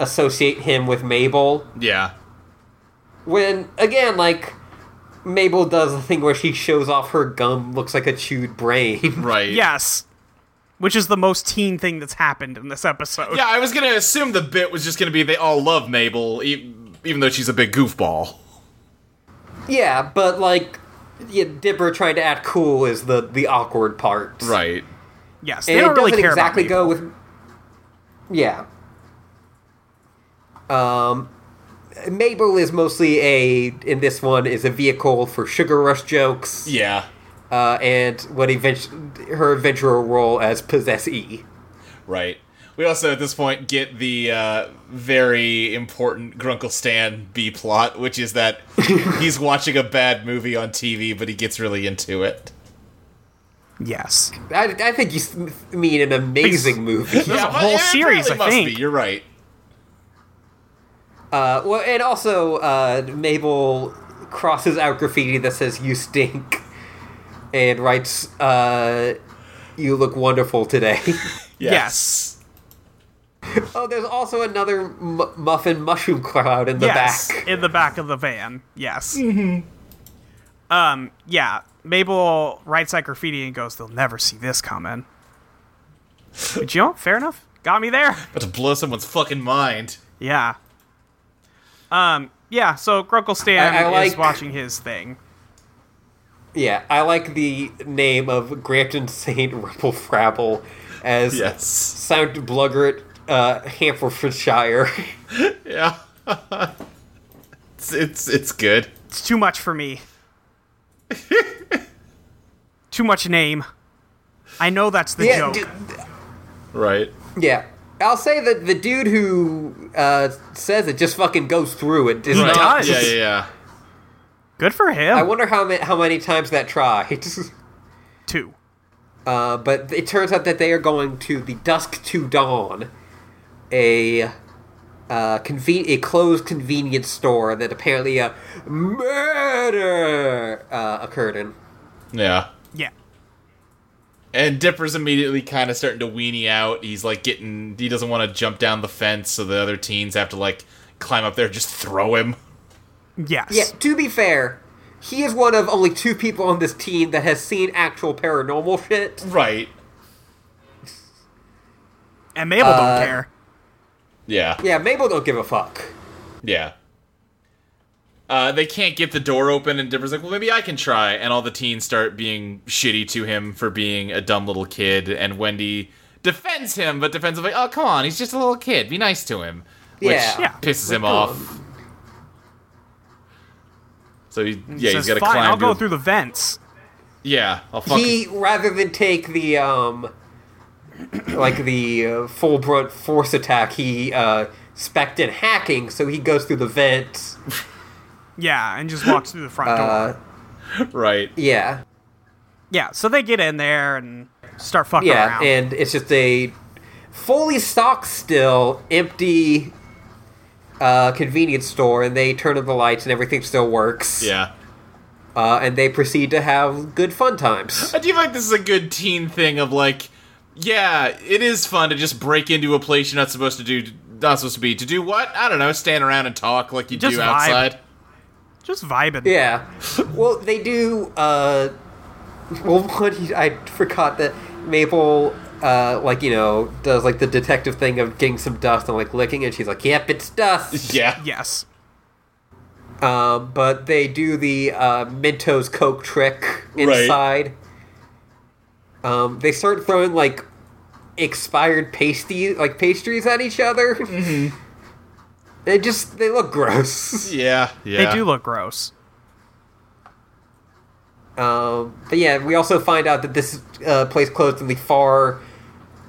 Speaker 1: associate him with Mabel.
Speaker 3: Yeah.
Speaker 1: When again, like Mabel does the thing where she shows off her gum looks like a chewed brain.
Speaker 3: Right.
Speaker 2: Yes. Which is the most teen thing that's happened in this episode.
Speaker 3: Yeah, I was gonna assume the bit was just gonna be they all love Mabel, e- even though she's a big goofball.
Speaker 1: yeah, but like. Yeah, Dipper trying to act cool is the the awkward part.
Speaker 3: Right.
Speaker 2: Yes, they
Speaker 1: and it
Speaker 2: don't
Speaker 1: doesn't
Speaker 2: really care
Speaker 1: exactly
Speaker 2: about
Speaker 1: go with. Yeah. Um, Mabel is mostly a in this one is a vehicle for sugar rush jokes,
Speaker 3: Yeah.
Speaker 1: uh, and what eventu- her eventual role as E. possessee.
Speaker 3: Right. We also at this point get the uh, very important Grunkle Stan B plot, which is that he's watching a bad movie on TV, but he gets really into it.
Speaker 2: people. Yes.
Speaker 1: I, I think you s- mean an amazing movie.
Speaker 2: There's a
Speaker 3: Yeah, but
Speaker 2: whole
Speaker 3: it
Speaker 2: series,
Speaker 3: probably
Speaker 2: I
Speaker 3: must
Speaker 2: think.
Speaker 3: Be. You're right.
Speaker 1: Uh, well, and also uh, Mabel crosses out graffiti that says "You stink," and writes, uh, "You look wonderful today."
Speaker 2: Yes.
Speaker 1: Oh, there's also another m- muffin mushroom cloud in the
Speaker 2: yes.
Speaker 1: back.
Speaker 2: In the back of the van. Yes. Mm-hmm. Um, yeah. Mabel writes that graffiti and goes, They'll never see this coming. But you know, fair enough. Got me there.
Speaker 3: About to blow someone's fucking mind.
Speaker 2: Yeah. Um, yeah, so Grunkle Stan
Speaker 1: I- I
Speaker 2: is
Speaker 1: like-
Speaker 2: watching his thing.
Speaker 1: Yeah, I like the name of Grafton Saint Ripple Frabble as
Speaker 3: Yes.
Speaker 1: Sound Bluggert uh, Hamperfordshire.
Speaker 3: Yeah. it's, it's it's good.
Speaker 2: It's too much for me. too much name. I know that's the
Speaker 1: yeah,
Speaker 2: joke.
Speaker 1: d-
Speaker 3: Right.
Speaker 1: yeah. I'll say that the dude who uh, says it just fucking goes through it. It's
Speaker 2: He
Speaker 1: not-
Speaker 2: does.
Speaker 3: Yeah, yeah, yeah.
Speaker 2: Good for him.
Speaker 1: I wonder how ma- how many times that tried.
Speaker 2: Two.
Speaker 1: Uh, but it turns out that they are going to the Dusk to Dawn, a uh, conven- a closed convenience store that apparently a murder uh, occurred in.
Speaker 3: Yeah.
Speaker 2: Yeah.
Speaker 3: And Dipper's immediately kind of starting to weenie out. He's like getting. He doesn't want to jump down the fence, so the other teens have to like climb up there, and just throw him.
Speaker 2: Yes.
Speaker 1: Yeah, to be fair, he is one of only two people on this team that has seen actual paranormal shit.
Speaker 3: Right.
Speaker 2: And Mabel
Speaker 1: Uh,
Speaker 2: don't care.
Speaker 3: Yeah.
Speaker 1: Yeah, Mabel don't give a fuck.
Speaker 3: Yeah. Uh, they can't get the door open, and Dipper's like, "Well, maybe I can try." And all the teens start being shitty to him for being a dumb little kid. And Wendy defends him, but defends him like, "Oh, come on, he's just a little kid. Be nice to him," which
Speaker 1: Yeah.
Speaker 2: Yeah.
Speaker 3: pisses him
Speaker 1: Like,
Speaker 3: off. So he, yeah,
Speaker 2: Says,
Speaker 3: he's got to
Speaker 2: Fine,
Speaker 3: climb.
Speaker 2: I'll go
Speaker 3: the-
Speaker 2: through the vents.
Speaker 3: Yeah, I'll fucking.
Speaker 1: he rather than take the um like the uh, full brunt force attack he uh spec'd in hacking so he goes through the vents
Speaker 2: Yeah, and just walks through the front
Speaker 1: uh
Speaker 2: door.
Speaker 3: right.
Speaker 1: yeah
Speaker 2: Yeah, so they get in there and start fucking
Speaker 1: yeah
Speaker 2: around.
Speaker 1: and it's just a fully stocked still empty uh convenience store and they turn on the lights and everything still works
Speaker 3: Yeah.
Speaker 1: uh and they proceed to have good fun times
Speaker 3: I do feel like this is a good teen thing of like, yeah, it is fun to just break into a place you're not supposed to do, not supposed to be. To do what? I don't know. Stand around and talk like you
Speaker 2: Just
Speaker 3: do
Speaker 2: vibe.
Speaker 3: outside.
Speaker 2: just vibing.
Speaker 1: Yeah. Well, they do. Uh, well, one I forgot that Maple, uh, like you know, does like the detective thing of getting some dust and like licking, and she's like, "Yep, it's dust."
Speaker 3: Yeah.
Speaker 2: Yes.
Speaker 1: Um, but they do the uh, Mentos Coke trick
Speaker 3: Right.
Speaker 1: inside. Um, they start throwing like expired pasty like pastries at each other. Mm-hmm. They just they look gross.
Speaker 3: Yeah. Yeah.
Speaker 2: They do look gross.
Speaker 1: Um, but yeah, we also find out that this uh, place closed in the far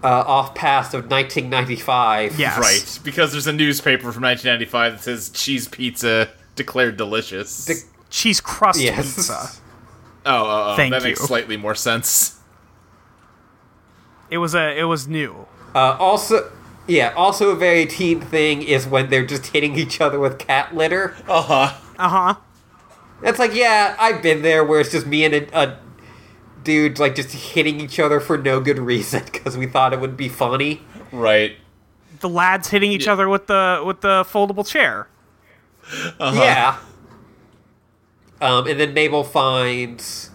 Speaker 1: uh, off past of 1995.
Speaker 2: Yeah.
Speaker 3: Right, because there's a newspaper from 1995 that says cheese pizza declared delicious.
Speaker 1: The-
Speaker 2: Cheese crust
Speaker 1: Yes.
Speaker 2: pizza.
Speaker 3: oh, oh, oh,
Speaker 2: Thank
Speaker 3: that
Speaker 2: you.
Speaker 3: makes slightly more sense.
Speaker 2: It was a it was new.
Speaker 1: Uh, also, yeah, also a very teen thing is when they're just hitting each other with cat litter.
Speaker 3: Uh huh.
Speaker 2: Uh-huh.
Speaker 1: That's like, yeah, I've been there where it's just me and a, a dude like just hitting each other for no good reason because we thought it would be funny.
Speaker 3: Right.
Speaker 2: The lads hitting each other with the with the foldable chair.
Speaker 1: Yeah. Um, and then Mabel finds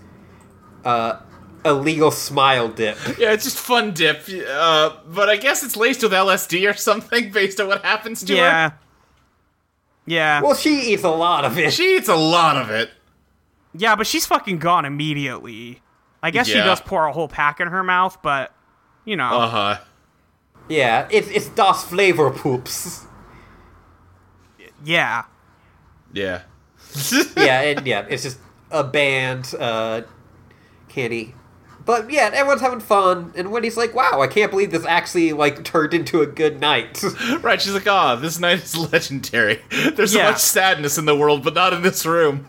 Speaker 1: uh, illegal smile dip.
Speaker 3: Yeah, it's just fun dip. Uh, but I guess it's laced with LSD or something based on what happens to
Speaker 2: Yeah.
Speaker 3: her.
Speaker 2: Yeah.
Speaker 1: Well, she eats a lot of it.
Speaker 3: She eats a lot of it.
Speaker 2: yeah, but she's fucking gone immediately. I guess she
Speaker 3: Yeah.
Speaker 2: does pour a whole pack in her mouth, but you know.
Speaker 3: Uh huh.
Speaker 1: Yeah, it's it's Das Flavor Poops.
Speaker 2: Yeah.
Speaker 3: Yeah.
Speaker 1: yeah, and yeah, it's just a band uh, candy. But yeah, everyone's having fun, and Wendy's like, "Wow, I can't believe this actually like turned into a good night."
Speaker 3: Right, she's like, ah, this night is legendary. There's so
Speaker 2: Yeah.
Speaker 3: much sadness in the world, but not in this room.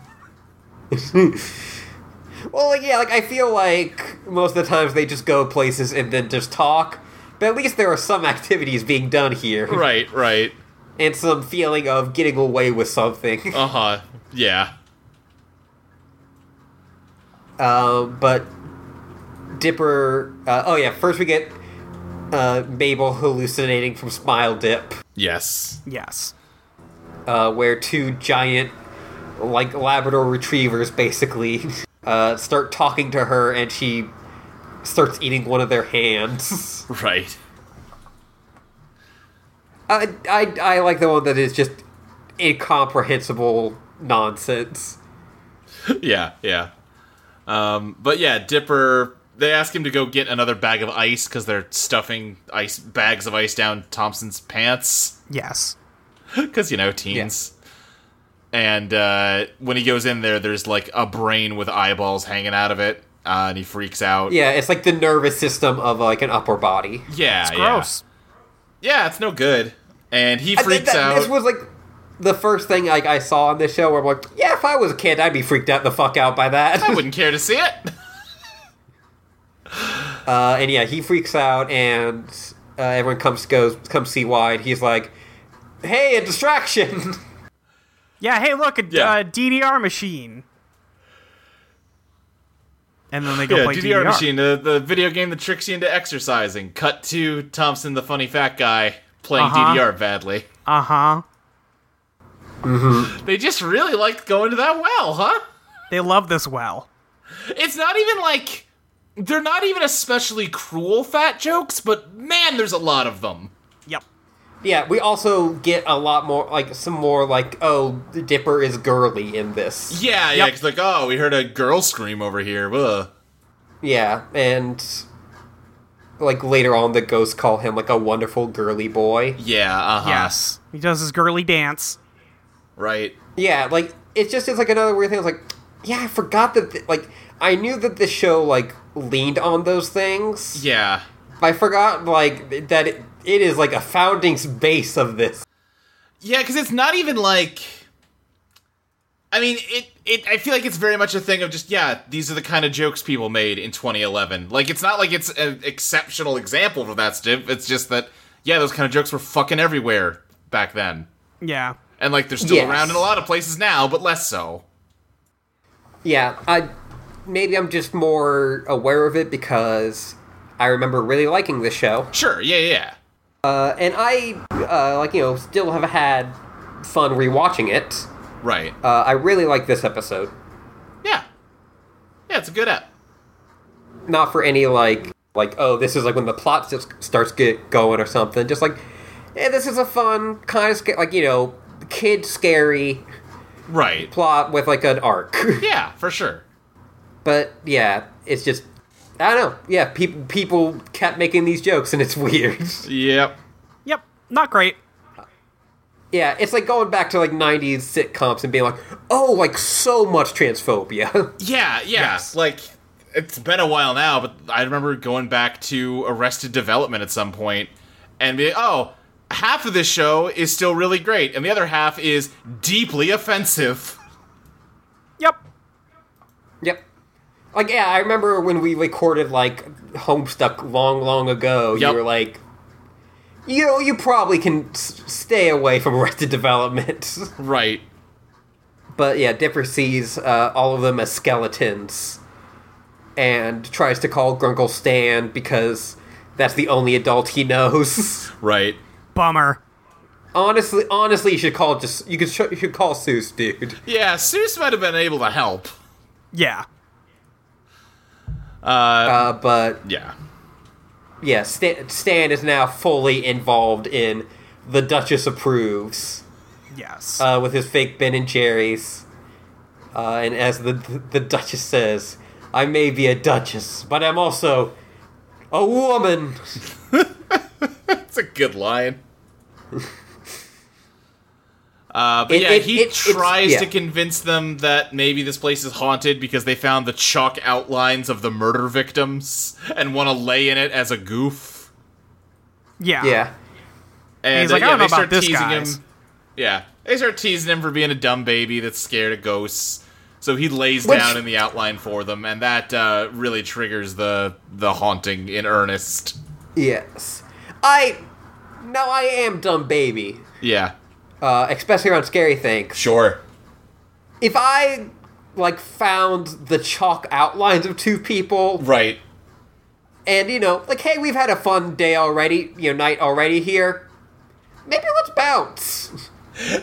Speaker 1: well, like, yeah, like I feel like most of the times they just go places and then just talk. But at least there are some activities being done here,
Speaker 3: Right, right.
Speaker 1: and some feeling of getting away with something.
Speaker 3: Uh huh. Yeah.
Speaker 1: Um, but Dipper. Uh, oh yeah, first we get uh, Mabel hallucinating from Smile Dip,
Speaker 3: Yes.
Speaker 2: Yes.
Speaker 1: uh, where two giant, like Labrador retrievers, basically uh, start talking to her, and she starts eating one of their hands.
Speaker 3: Right.
Speaker 1: I, I I like the one that is just incomprehensible nonsense.
Speaker 3: Yeah, yeah. Um, but yeah, Dipper. They ask him to go get another bag of ice because they're stuffing ice bags of ice down Thompson's pants
Speaker 2: Yes.
Speaker 3: because you know teens. And uh, when he goes in there, there's like a brain with eyeballs hanging out of it, uh, and he freaks out.
Speaker 1: Yeah, it's like the nervous system of like an upper body.
Speaker 3: yeah, yeah.
Speaker 2: Gross.
Speaker 3: Yeah, it's no good. And he
Speaker 1: I think
Speaker 3: freaks
Speaker 1: that-
Speaker 3: out.
Speaker 1: This was like the first thing like I saw on this show where I'm like, yeah, if I was a kid, I'd be freaked out the fuck out by that.
Speaker 3: I wouldn't care to see it.
Speaker 1: Uh, and yeah, he freaks out, and uh, everyone comes goes comes see why, and he's like, "Hey, a distraction!"
Speaker 2: Yeah, hey, look, a
Speaker 3: Yeah.
Speaker 2: uh, DDR machine. And then they go
Speaker 3: yeah,
Speaker 2: play
Speaker 3: DDR, machine, the, the video game that tricks you into exercising. Cut to Thompson, the funny fat guy, playing
Speaker 2: Uh-huh.
Speaker 3: DDR badly.
Speaker 2: Uh huh.
Speaker 3: They just really liked going to that well, huh?
Speaker 2: They love this well.
Speaker 3: It's not even like they're not even especially cruel fat jokes, but man, there's a lot of them.
Speaker 2: Yep.
Speaker 1: yeah, we also get a lot more like some more like, "Oh, the Dipper is girly in this."
Speaker 3: Yeah, yeah.
Speaker 2: Yep.
Speaker 3: It's like, oh, we heard a girl scream over here. Ugh.
Speaker 1: Yeah, and like later on, the ghosts call him like a wonderful girly boy.
Speaker 3: Yeah. Uh huh.
Speaker 2: Yes. He does his girly dance.
Speaker 3: Right.
Speaker 1: Yeah, like it's just it's like another weird thing. It's like, yeah, I forgot that. Th- like I knew that the show like leaned on those things.
Speaker 3: Yeah.
Speaker 1: I forgot like that it, it is like a founding base of this.
Speaker 3: Yeah, because it's not even like. I mean, it, it. I feel like it's very much a thing of just yeah. These are the kind of jokes people made in 2011. Like, it's not like it's an exceptional example of that stuff. It's just that yeah, those kind of jokes were fucking everywhere back then,
Speaker 2: Yeah.
Speaker 3: and like they're still
Speaker 1: Yes.
Speaker 3: around in a lot of places now, but less so.
Speaker 1: Yeah, I maybe I'm just more aware of it because I remember really liking the show,
Speaker 3: Sure. Yeah. Yeah.
Speaker 1: uh, and I uh, like you know still have had fun rewatching it.
Speaker 3: Right.
Speaker 1: Uh, I really like this episode,
Speaker 3: yeah. Yeah. It's a good app.
Speaker 1: not for any like like oh this is like when the plot just starts get going or something. Just like eh, this is a fun kind of sca- like you know kid scary
Speaker 3: Right.
Speaker 1: plot with like an arc.
Speaker 3: Yeah. For sure.
Speaker 1: But yeah, it's just I don't know. Yeah, people people kept making these jokes and it's weird.
Speaker 3: Yep.
Speaker 2: Yep. Not great.
Speaker 1: yeah, it's like going back to like '90s sitcoms and being like, oh, like so much transphobia.
Speaker 3: Yeah, yeah. Like it's been a while now, but I remember going back to Arrested Development at some point and be oh, half of this show is still really great, and the other half is deeply offensive.
Speaker 2: Yep.
Speaker 1: yep. Like yeah, I remember when we recorded like Homestuck long, long ago.
Speaker 3: Yep.
Speaker 1: You were like, you know, you probably can s- stay away from Arrested Development.
Speaker 3: Right.
Speaker 1: But yeah, Dipper sees uh, all of them as skeletons and tries to call Grunkle Stan because that's the only adult he knows.
Speaker 3: Right.
Speaker 2: Bummer.
Speaker 1: honestly, honestly, you should call just you could sh- you should call Seuss, dude.
Speaker 3: Yeah, Seuss might have been able to help.
Speaker 2: Yeah.
Speaker 1: Uh, but
Speaker 3: Yeah.
Speaker 1: yeah, Stan, Stan is now fully involved in the Duchess approves
Speaker 2: Yes.
Speaker 1: uh, with his fake Ben and Jerry's, uh, and as the the Duchess says, "I may be a Duchess, but I'm also a woman."
Speaker 3: That's a good line. Uh, but
Speaker 1: It-
Speaker 3: yeah,
Speaker 1: it-
Speaker 3: he
Speaker 1: it- it's-
Speaker 3: tries to
Speaker 1: yeah.
Speaker 3: convince them that maybe this place is haunted because they found the chalk outlines of the murder victims and want to lay in it as a goof.
Speaker 2: yeah.
Speaker 1: yeah.
Speaker 3: And
Speaker 2: he's
Speaker 3: uh,
Speaker 2: like, I
Speaker 3: yeah,
Speaker 2: don't know
Speaker 3: they
Speaker 2: about
Speaker 3: start
Speaker 2: this,
Speaker 3: teasing
Speaker 2: guys.
Speaker 3: him. Yeah, they start teasing him for being a dumb baby that's scared of ghosts. So he lays
Speaker 1: Which-
Speaker 3: down in the outline for them, and that uh, really triggers the the haunting in earnest.
Speaker 1: Yes. I. No, I am dumb baby.
Speaker 3: Yeah,
Speaker 1: Uh, especially around scary things.
Speaker 3: sure.
Speaker 1: If I, like, found the chalk outlines of two people,
Speaker 3: Right.
Speaker 1: and, you know, like, hey, we've had a fun day already, you know, night already here, maybe let's bounce.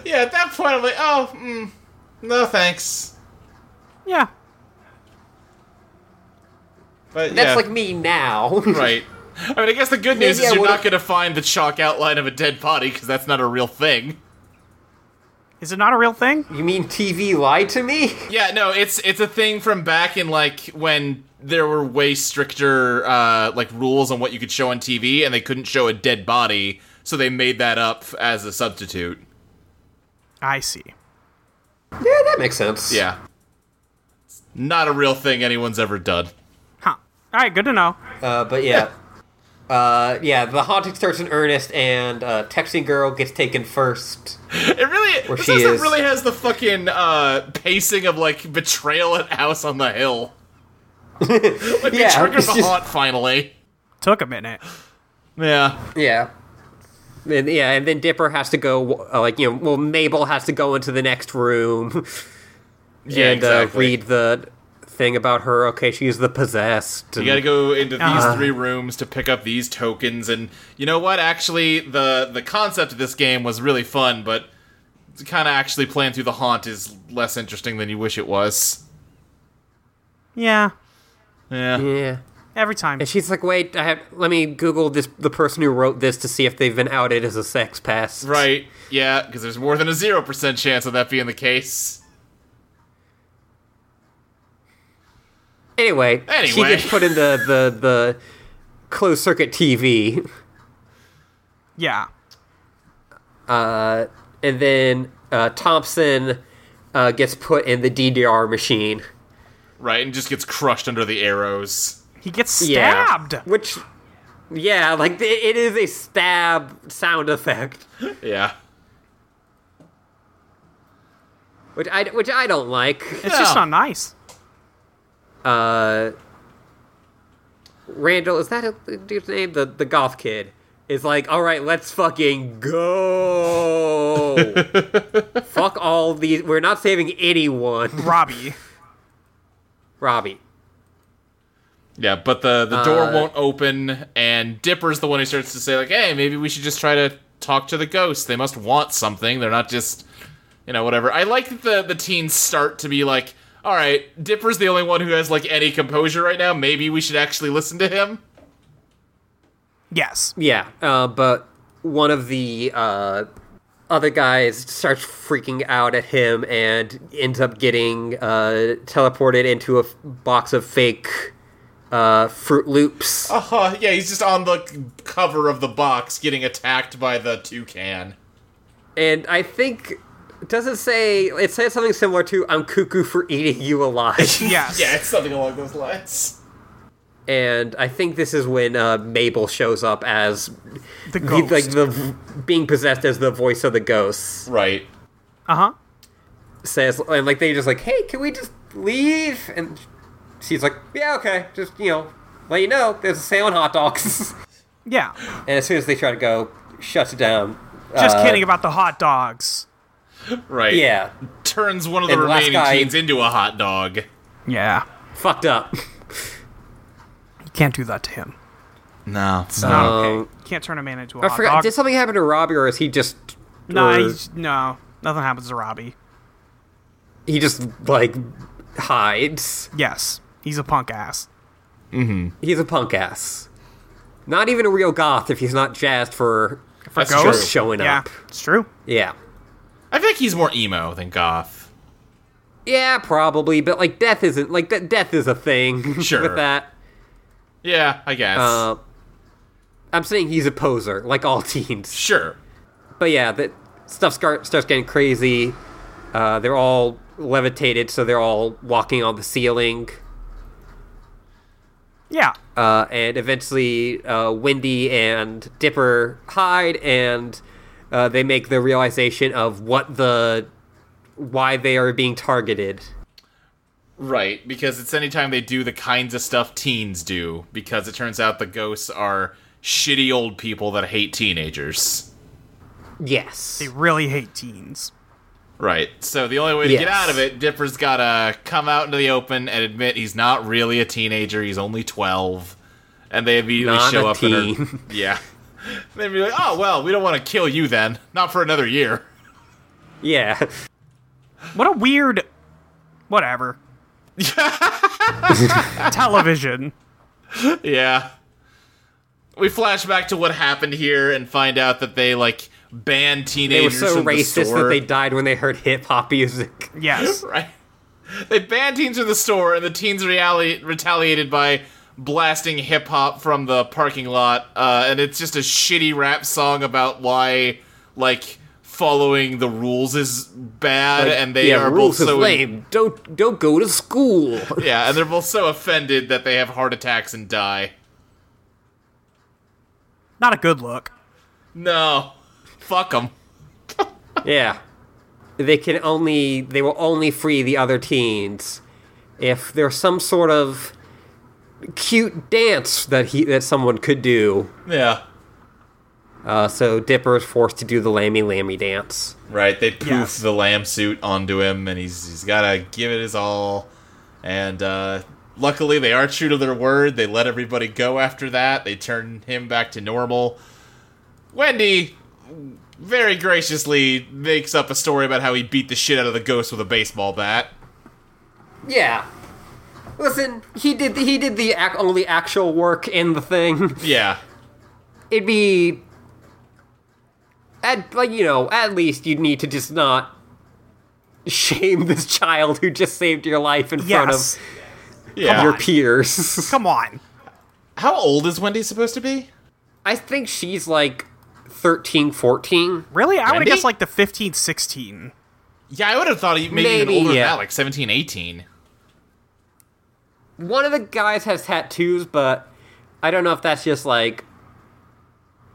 Speaker 3: Yeah, at that point, I'm like, oh, mm, no, thanks.
Speaker 2: Yeah.
Speaker 3: But
Speaker 1: That's
Speaker 3: yeah,
Speaker 1: like me now.
Speaker 3: right. I mean, I guess the good news
Speaker 1: Maybe
Speaker 3: is
Speaker 1: I
Speaker 3: you're not
Speaker 1: would've-
Speaker 3: going to find the chalk outline of a dead body because that's not a real thing.
Speaker 2: Is it not a real thing?
Speaker 1: You mean TV lied to me?
Speaker 3: Yeah, no, it's it's a thing from back in like when there were way stricter uh, like rules on what you could show on TV, and they couldn't show a dead body, so they made that up as a substitute.
Speaker 2: I see.
Speaker 1: Yeah, that makes sense.
Speaker 3: Yeah, It's not a real thing anyone's ever done.
Speaker 2: Huh. All right. Good to know.
Speaker 1: Uh, but yeah. Uh, yeah, the haunting starts in earnest, and uh, texting girl gets taken first.
Speaker 3: It really, this
Speaker 1: she
Speaker 3: episode
Speaker 1: is.
Speaker 3: really has the fucking uh, pacing of like betrayal at House on the Hill. like they
Speaker 1: Yeah,
Speaker 3: trigger
Speaker 1: it's
Speaker 3: the
Speaker 1: just-
Speaker 3: haunt finally.
Speaker 2: Took a minute.
Speaker 3: Yeah,
Speaker 1: Yeah. And, yeah, and then Dipper has to go, uh, like, you know, well, Mabel has to go into the next room
Speaker 3: yeah,
Speaker 1: and uh,
Speaker 3: exactly.
Speaker 1: read the thing about her. Okay, she's the possessed.
Speaker 3: You got to go into these
Speaker 2: Uh.
Speaker 3: three rooms to pick up these tokens, and you know what? Actually, the the concept of this game was really fun, but kind of actually playing through the haunt is less interesting than you wish it was.
Speaker 2: Yeah.
Speaker 3: Yeah,
Speaker 1: Yeah.
Speaker 2: Every time.
Speaker 1: And she's like, wait, I have, let me Google this the person who wrote this to see if they've been outed as a sex pest.
Speaker 3: right. Yeah, because there's more than a zero percent chance of that being the case.
Speaker 1: Anyway, she
Speaker 3: Anyway.
Speaker 1: gets put in the, the, the closed circuit TV.
Speaker 2: Yeah.
Speaker 1: and then uh, Thompson uh, gets put in the DDR machine.
Speaker 3: right? And just gets crushed under the arrows.
Speaker 2: He gets stabbed.
Speaker 1: Yeah. Which, yeah, like it, it is a stab sound effect,
Speaker 3: Yeah.
Speaker 1: which I which I don't like.
Speaker 2: It's just
Speaker 3: Yeah.
Speaker 2: not nice.
Speaker 1: Randall, is that a dude's name? The the goth kid is like, all right, let's fucking go. Fuck all these. We're not saving anyone.
Speaker 2: Robbie.
Speaker 1: Robbie.
Speaker 3: Yeah, but the, the door won't open, and Dipper's the one who starts to say, like, hey, maybe we should just try to talk to the ghosts. They must want something. They're not just, you know, whatever. I like that the, the teens start to be like, all right, Dipper's the only one who has, like, any composure right now. Maybe we should actually listen to him.
Speaker 2: Yes.
Speaker 1: Yeah, uh, but one of the uh, other guys starts freaking out at him and ends up getting uh, teleported into a f- box of fake uh, Fruit Loops.
Speaker 3: Oh, yeah, he's just on the cover of the box getting attacked by the toucan.
Speaker 1: And I think. Does it say. It says something similar to, I'm cuckoo for eating you alive.
Speaker 2: Yes.
Speaker 3: Yeah, it's something along those lines.
Speaker 1: and I think this is when uh, Mabel shows up as. the-
Speaker 2: The ghost.
Speaker 1: like the being possessed as the voice of the ghosts
Speaker 3: Right.
Speaker 2: uh huh.
Speaker 1: says and like they just like hey can we just leave and she's like yeah okay just you know let you know there's a sale on hot dogs
Speaker 2: Yeah.
Speaker 1: and as soon as they try to go shuts it down
Speaker 2: Just
Speaker 1: Uh,
Speaker 2: kidding about the hot dogs.
Speaker 3: Right.
Speaker 1: yeah
Speaker 3: Turns one of the
Speaker 1: And the last
Speaker 3: remaining
Speaker 1: guy-
Speaker 3: teens into a hot dog.
Speaker 2: Yeah.
Speaker 1: fucked up
Speaker 2: You can't do that to him.
Speaker 3: No.
Speaker 2: Not
Speaker 1: Um,
Speaker 2: okay. Can't turn a man into a
Speaker 1: I
Speaker 2: hot
Speaker 1: forgot
Speaker 2: dog.
Speaker 1: did something happen to Robbie or is he just
Speaker 2: no,
Speaker 1: or-
Speaker 2: he's- no, nothing happens to Robbie.
Speaker 1: he just like hides
Speaker 2: Yes, he's a punk ass.
Speaker 1: he's a punk ass not even a real goth if he's not jazzed for
Speaker 2: For
Speaker 3: That's
Speaker 2: ghosts,
Speaker 3: true.
Speaker 1: showing
Speaker 2: yeah,
Speaker 1: up
Speaker 2: it's true.
Speaker 1: yeah
Speaker 3: I think he's more emo than goth.
Speaker 1: yeah probably but like death isn't like that death is a thing
Speaker 3: Sure.
Speaker 1: with that
Speaker 3: Yeah, I guess.
Speaker 1: Uh, I'm saying he's a poser, like all teens.
Speaker 3: sure.
Speaker 1: But yeah, that stuff scar- starts getting crazy. Uh, they're all levitated, so they're all walking on the ceiling.
Speaker 2: Yeah,
Speaker 1: Uh, and eventually, uh, Wendy and Dipper hide, and uh, they make the realization of what the why they are being targeted.
Speaker 3: Right, because it's anytime they do the kinds of stuff teens do, because it turns out the ghosts are shitty old people that hate teenagers.
Speaker 1: Yes.
Speaker 2: they really hate teens.
Speaker 3: Right. So the only way to get
Speaker 1: Yes.
Speaker 3: out of it, Dipper's gotta come out into the open and admit he's not really a teenager, he's only twelve. And they immediately
Speaker 1: Not
Speaker 3: show
Speaker 1: a
Speaker 3: up and are-
Speaker 1: teen.
Speaker 3: Yeah. They'd be like, Oh well, we don't want to kill you then. Not for another year.
Speaker 1: Yeah.
Speaker 2: What a weird, whatever. Television.
Speaker 3: Yeah. We flash back to what happened here and find out that they like banned
Speaker 1: They were
Speaker 3: teenagers
Speaker 1: so
Speaker 3: from the
Speaker 1: racist
Speaker 3: store.
Speaker 1: that they died when they heard hip hop music.
Speaker 2: Yes,
Speaker 3: right. They banned teens from the store, and the teens reali- retaliated by blasting hip hop from the parking lot. Uh, and it's just a shitty rap song about why like following the rules is bad,
Speaker 1: Like,
Speaker 3: and they
Speaker 1: yeah,
Speaker 3: are
Speaker 1: rules
Speaker 3: both
Speaker 1: is
Speaker 3: so
Speaker 1: lame. Don't don't go to school.
Speaker 3: yeah, and they're both so offended that they have heart attacks and die.
Speaker 2: not a good look.
Speaker 3: No, fuck them.
Speaker 1: yeah, they can only they will only free the other teens if there's some sort of cute dance that he that someone could do.
Speaker 3: Yeah.
Speaker 1: Uh, so Dipper is forced to do the lammy lammy dance.
Speaker 3: Right, they poof
Speaker 2: Yes.
Speaker 3: the lamb suit onto him, and he's he's gotta give it his all. And uh, luckily, they are true to their word. They let everybody go after that. They turn him back to normal. Wendy very graciously makes up a story about how he beat the shit out of the ghost with a baseball bat.
Speaker 1: Yeah. Listen, he did he did the ac- only actual work in the thing.
Speaker 3: Yeah,
Speaker 1: It'd be at like you know at least you'd need to just not shame this child who just saved your life in front
Speaker 2: Yes,
Speaker 1: of
Speaker 3: yeah.
Speaker 1: your peers.
Speaker 2: come on.
Speaker 3: How old is Wendy supposed to be?
Speaker 1: I think she's like 13, 14.
Speaker 2: Really, I would
Speaker 3: Wendy?
Speaker 2: guess like the 15, 16.
Speaker 3: Yeah, I would have thought he maybe,
Speaker 1: Maybe,
Speaker 3: even older
Speaker 1: yeah.
Speaker 3: than that, like 17, 18.
Speaker 1: One of the guys has tattoos, but I don't know if that's just like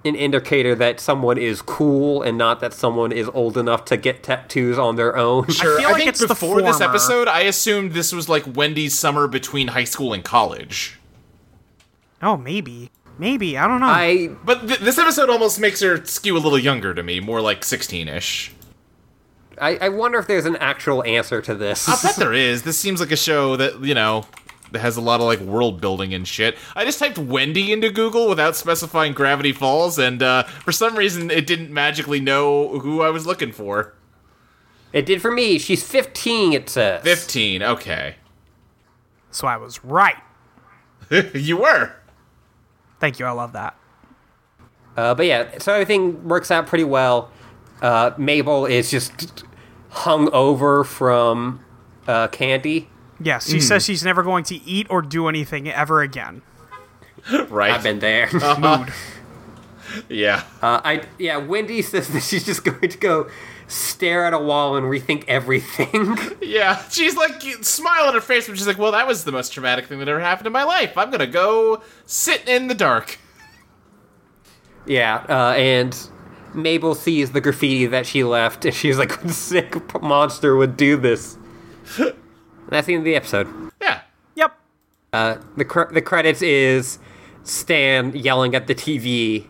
Speaker 1: an indicator that someone is cool and not that someone is old enough to get tattoos on their own.
Speaker 3: Sure. I,
Speaker 2: feel like
Speaker 3: think
Speaker 2: it's the
Speaker 3: before this
Speaker 2: former.
Speaker 3: episode, I assumed this was like Wendy's summer between high school and college.
Speaker 2: Oh, maybe. Maybe. I don't know.
Speaker 1: I
Speaker 3: But th- this episode almost makes her skew a little younger to me, more like 16 ish.
Speaker 1: I, I wonder if there's an actual answer to this.
Speaker 3: I bet there is. This seems like a show that, you know, that has a lot of like world building and shit. I just typed Wendy into Google without specifying Gravity Falls, and uh, for some reason it didn't magically know who I was looking for.
Speaker 1: It did for me. She's 15, it says.
Speaker 3: 15, okay.
Speaker 2: so I was right.
Speaker 3: you were.
Speaker 2: Thank you. I love that.
Speaker 1: Uh, but yeah, so everything works out pretty well. Uh, Mabel is just hung over from uh, Candy.
Speaker 2: Yes,
Speaker 1: Hmm.
Speaker 2: she says she's never going to eat or do anything ever again.
Speaker 3: Right.
Speaker 1: I've been there.
Speaker 3: Yeah.
Speaker 1: Uh, I yeah. Wendy says that she's just going to go stare at a wall and rethink everything.
Speaker 3: Yeah, she's like smile on her face, but she's like, "Well, that was the most traumatic thing that ever happened in my life. I'm gonna go sit in the dark."
Speaker 1: yeah, uh, and Mabel sees the graffiti that she left, and she's like, "Sick monster would do this." And that's the end of the episode.
Speaker 3: Yeah,
Speaker 2: Yep.
Speaker 1: Uh, the cr- the credits is Stan yelling at the TV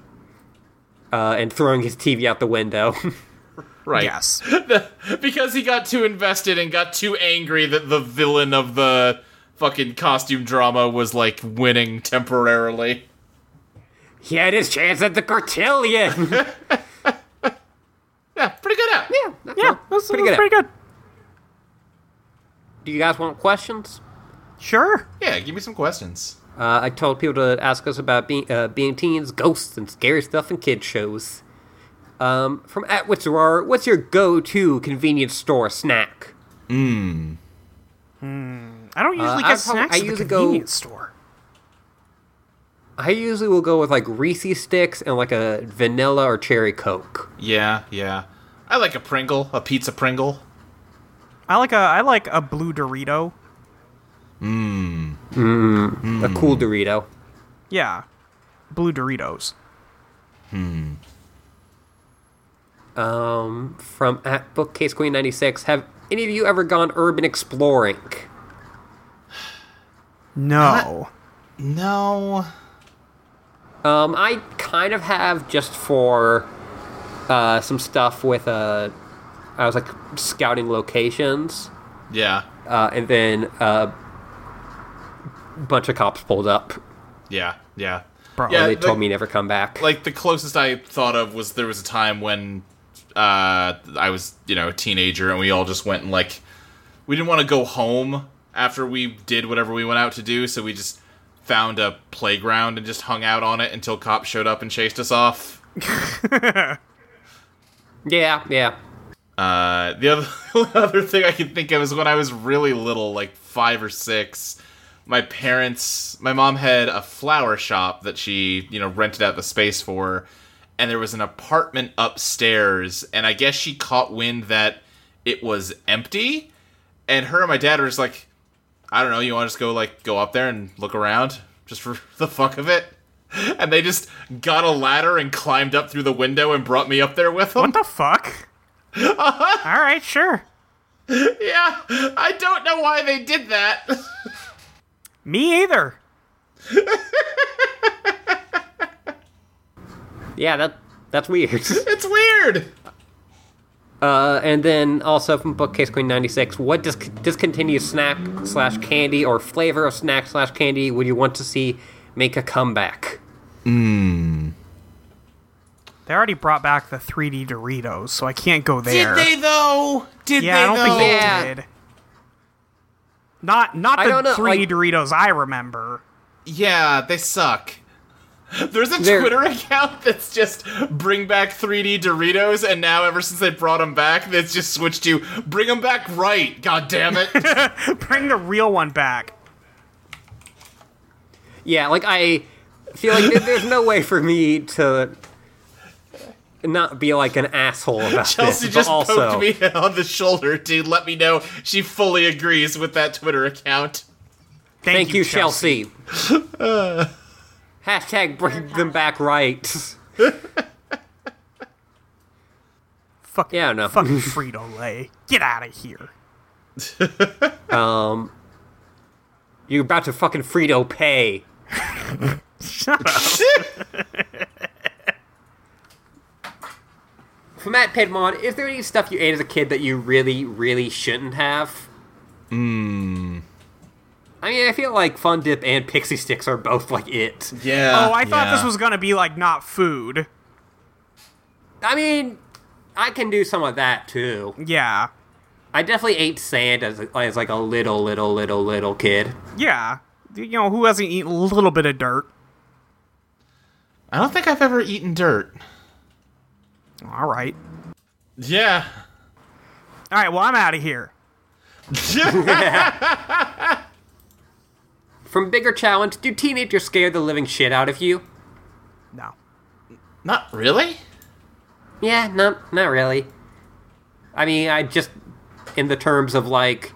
Speaker 1: uh, and throwing his TV out the window.
Speaker 3: right.
Speaker 2: Yes.
Speaker 3: because he got too invested and got too angry that the villain of the fucking costume drama was like winning temporarily.
Speaker 1: he had his chance at the Cartillion.
Speaker 3: Yeah, pretty good out.
Speaker 1: yeah,
Speaker 2: Yeah, that's
Speaker 1: pretty
Speaker 2: pretty,
Speaker 1: good.
Speaker 2: good. pretty good.
Speaker 1: Do you guys want questions?
Speaker 2: Sure.
Speaker 3: Yeah, give me some questions.
Speaker 1: Uh, I told people to ask us about being uh, being teens, ghosts, and scary stuff in kid shows. Um, from at Witzerar, what's your go-to convenience store snack?
Speaker 2: I don't usually
Speaker 1: Uh, I probably-
Speaker 2: get snacks
Speaker 1: I
Speaker 2: at the
Speaker 1: usually go-
Speaker 2: convenience store.
Speaker 1: I usually will go with like Reese's sticks and like a vanilla or cherry Coke.
Speaker 3: Yeah, yeah. I like a Pringle, a pizza Pringle.
Speaker 2: I like a I like a blue Dorito.
Speaker 1: A cool Dorito.
Speaker 2: Yeah, blue Doritos.
Speaker 1: Um, from at Bookcase Queen ninety six. Have any of you ever gone urban exploring?
Speaker 2: No.
Speaker 3: No.
Speaker 1: Um, I kind of have just for uh, some stuff with uh, I was like scouting locations,
Speaker 3: Yeah,
Speaker 1: uh, and then a uh, bunch of cops pulled up.
Speaker 3: yeah, yeah.
Speaker 2: Bro.
Speaker 3: yeah,
Speaker 1: and they
Speaker 3: the-
Speaker 1: told me never come back.
Speaker 3: Uh, like the closest I thought of was there was a time when uh, I was you know a teenager and we all just went and like we didn't want to go home after we did whatever we went out to do, so we just found a playground and just hung out on it until cops showed up and chased us off.
Speaker 1: yeah, yeah.
Speaker 3: Uh, the other other thing I can think of is when I was really little, like five or six. My parents, my mom had a flower shop that she, you know, rented out the space for, and there was an apartment upstairs, and I guess she caught wind that it was empty, and her and my dad were just like, I don't know, you want to just go like go up there and look around just for the fuck of it, and they just got a ladder and climbed up through the window and brought me up there with them.
Speaker 2: What the fuck? All right, sure.
Speaker 3: Yeah, I don't know why they did that.
Speaker 2: Me either.
Speaker 1: Yeah, that that's weird.
Speaker 3: It's weird.
Speaker 1: uh, and then also from Bookcase Queen ninety six, what dis- discontinued snack slash candy or flavor of snack slash candy would you want to see make a comeback?
Speaker 2: They already brought back the 3D Doritos, so I can't go there.
Speaker 3: though? Did
Speaker 2: yeah, I don't think they
Speaker 1: Yeah.
Speaker 2: did. Not not
Speaker 1: I don't
Speaker 2: the
Speaker 1: know,
Speaker 2: 3D
Speaker 1: like-
Speaker 2: Doritos I remember.
Speaker 3: Yeah, they suck. There's a
Speaker 1: They're-
Speaker 3: Twitter account that's just bring back 3D Doritos, and now ever since they brought them back, that's just switched to bring them back right. God damn it!
Speaker 2: Bring the real one back.
Speaker 1: Yeah, like I feel like there- there's no way for me to not be like an asshole about
Speaker 3: Chelsea
Speaker 1: this,
Speaker 3: just
Speaker 1: but also
Speaker 3: poked me on the shoulder to let me know she fully agrees with that Twitter account.
Speaker 2: Thank,
Speaker 1: thank you, Chelsea. Hashtag bring them back right.
Speaker 2: Fuck,
Speaker 1: Yeah, no.
Speaker 2: Fucking Frito Lay. Get out of here.
Speaker 1: You're about to fucking Frito pay. For Matt Pedmon, is there any stuff you ate as a kid that you really, really shouldn't have? Hmm. I mean, I feel like Fun Dip and Pixie Sticks are both like it.
Speaker 3: Yeah.
Speaker 2: oh, I thought
Speaker 3: yeah.
Speaker 2: this was gonna be like not food.
Speaker 1: I mean, I can do some of that too.
Speaker 2: Yeah,
Speaker 1: I definitely ate sand as, as like a little, little, little, little kid.
Speaker 2: yeah. You know who hasn't eaten a little bit of dirt?
Speaker 3: I don't think I've ever eaten dirt.
Speaker 2: All right,
Speaker 3: Yeah.
Speaker 2: all right. Well, I'm out of here.
Speaker 1: From Bigger Challenge, do teenagers scare the living shit out of you?
Speaker 2: No.
Speaker 3: Not really?
Speaker 1: Yeah, not not really. I mean, I just in the terms of like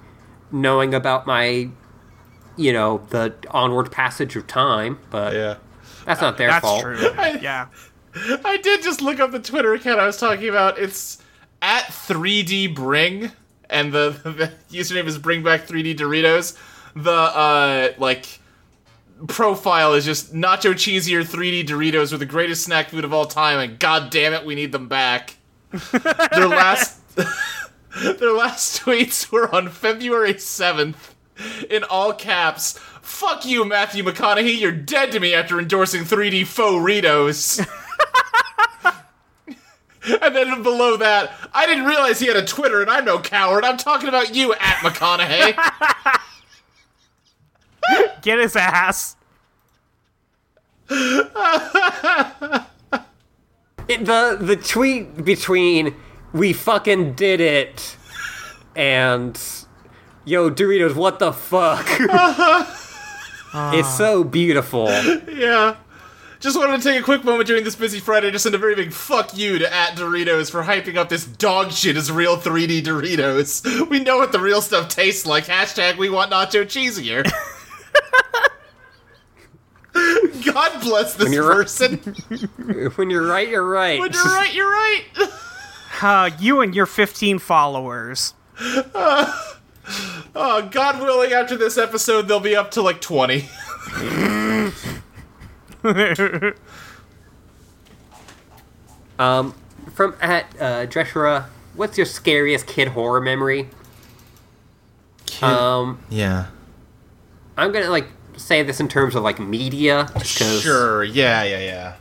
Speaker 1: knowing about my, you know, the onward passage of time, but
Speaker 3: Yeah.
Speaker 1: that's not their
Speaker 2: That's
Speaker 1: fault.
Speaker 2: true.
Speaker 3: I-
Speaker 2: Yeah.
Speaker 3: I did just look up the Twitter account I was talking about. It's at 3D Bring, and the, the username is Bring Back 3D Doritos. The uh, like profile is just nacho cheesier 3D Doritos were the greatest snack food of all time, and god damn it, we need them back. their last their last tweets were on February 7th in all caps. Fuck you, Matthew McConaughey. You're dead to me after endorsing 3D faux Ritos. And then below that, I didn't realize he had a Twitter, and I'm no coward. I'm talking about you, at McConaughey.
Speaker 2: Get his ass.
Speaker 1: It- the the tweet between "We fucking did it" and "Yo Doritos, what the fuck." It's so beautiful.
Speaker 3: yeah. Just wanted to take a quick moment during this busy Friday to send a very big fuck you to at Doritos for hyping up this dog shit as real 3D Doritos. We know what the real stuff tastes like. Hashtag we want nacho cheesier. God bless this
Speaker 1: you're-
Speaker 3: person.
Speaker 1: When you're right, you're right.
Speaker 3: When you're right, you're right.
Speaker 2: Uh, you and your 15 followers.
Speaker 3: Oh, God willing, after this episode, they'll be up to like 20.
Speaker 1: Um, from at uh, Dreshura, what's your scariest kid horror memory? Um,
Speaker 3: yeah.
Speaker 1: I'm gonna like say this in terms of like media because
Speaker 3: Sure. Yeah. Yeah.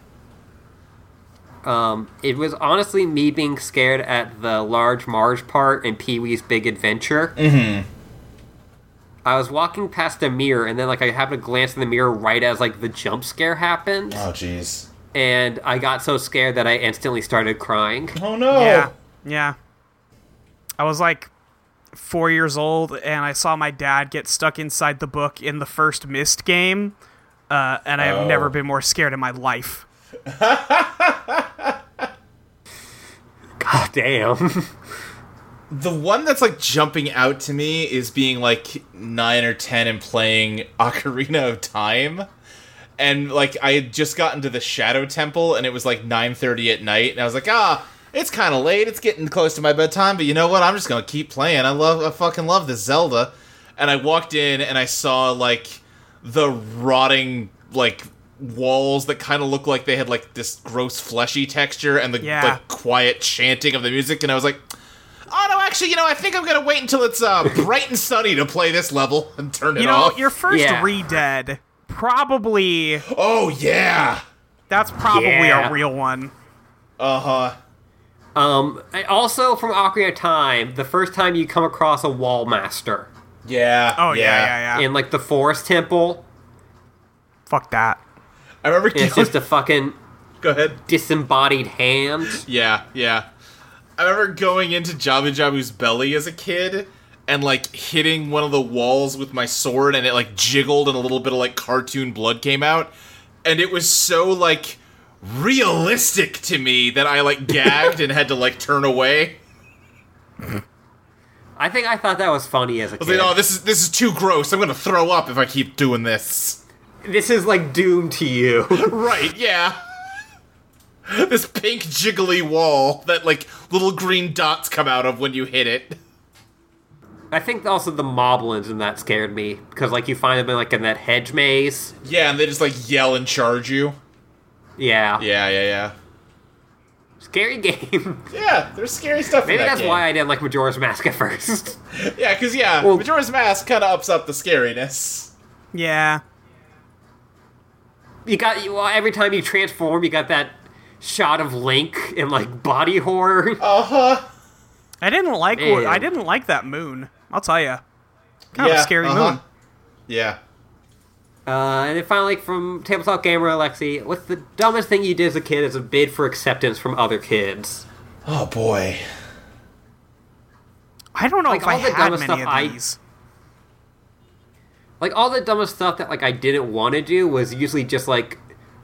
Speaker 3: Yeah.
Speaker 1: um, it was honestly me being scared at the large Marge part in Pee Wee's Big Adventure. Mm-hmm. I was walking past a mirror and then like I happened to glance in the mirror right as like the jump scare happened,
Speaker 3: Oh jeez.
Speaker 1: and I got so scared that I instantly started crying.
Speaker 3: Oh no.
Speaker 2: Yeah. Yeah. I was like four years old, and I saw my dad get stuck inside the book in the first Mist game, uh, and I have
Speaker 3: Oh.
Speaker 2: never been more scared in my life.
Speaker 1: God damn.
Speaker 3: The one that's like jumping out to me is being like nine or ten and playing Ocarina of Time. And like I had just gotten to the Shadow Temple and it was like nine thirty at night, and I was like, ah, it's kinda late, it's getting close to my bedtime, but you know what? I'm just gonna keep playing. I love I fucking love this Zelda. And I walked in and I saw like the rotting like walls that kind of look like they had like this gross fleshy texture and the
Speaker 2: Yeah.
Speaker 3: like quiet chanting of the music and I was like oh no actually you know I think I'm gonna wait until it's uh, bright and sunny to play this level and turn it
Speaker 2: You know,
Speaker 3: off
Speaker 2: your first
Speaker 1: Yeah.
Speaker 2: re-dead, probably,
Speaker 3: oh yeah
Speaker 2: that's probably
Speaker 1: Yeah.
Speaker 2: a real one.
Speaker 3: uh-huh
Speaker 1: Um, and also from Ocarina of Time, the first time you come across a wall master
Speaker 3: yeah
Speaker 2: Oh, yeah, yeah, yeah.
Speaker 1: in like the forest temple,
Speaker 2: Fuck that.
Speaker 3: I remember
Speaker 1: it's
Speaker 3: going-
Speaker 1: just a fucking
Speaker 3: go ahead
Speaker 1: disembodied hand.
Speaker 3: Yeah, yeah. I remember going into Jabu Jabu's belly as a kid and like hitting one of the walls with my sword and it like jiggled and a little bit of like cartoon blood came out. And it was so like realistic to me that I like gagged and had to like turn away.
Speaker 1: I think I thought that was funny as a
Speaker 3: I
Speaker 1: kid.
Speaker 3: was like, "Oh, this is this is too gross. I'm gonna throw up if I keep doing this."
Speaker 1: this is like doom to you.
Speaker 3: Right? Yeah. this pink jiggly wall that like little green dots come out of when you hit it.
Speaker 1: I think also the moblins and that scared me because like you find them in, like in that hedge maze.
Speaker 3: Yeah, and they just like yell and charge you.
Speaker 1: Yeah,
Speaker 3: Yeah, yeah, yeah.
Speaker 1: scary game.
Speaker 3: Yeah, there's scary stuff.
Speaker 1: Maybe
Speaker 3: in that
Speaker 1: that's
Speaker 3: game.
Speaker 1: why I didn't like Majora's Mask at first.
Speaker 3: Yeah, because yeah,
Speaker 1: Well-
Speaker 3: Majora's Mask kind of ups up the scariness.
Speaker 2: Yeah.
Speaker 1: you got you, well, every time you transform, you got that shot of Link in like body horror.
Speaker 3: Uh huh.
Speaker 2: I didn't like
Speaker 1: Man.
Speaker 2: I didn't like that moon. I'll tell you. Kind of a scary
Speaker 1: uh-huh.
Speaker 2: moon.
Speaker 3: uh-huh. Yeah.
Speaker 1: Uh, and then finally, from Tabletop Gamer Alexi, what's the dumbest thing you did as a kid as a bid for acceptance from other kids?
Speaker 3: Oh boy.
Speaker 2: I don't know
Speaker 1: Like,
Speaker 2: if I
Speaker 1: all the
Speaker 2: had
Speaker 1: dumbest
Speaker 2: many
Speaker 1: stuff I-
Speaker 2: of these.
Speaker 1: Like all the dumbest stuff that like I didn't want to do was usually just like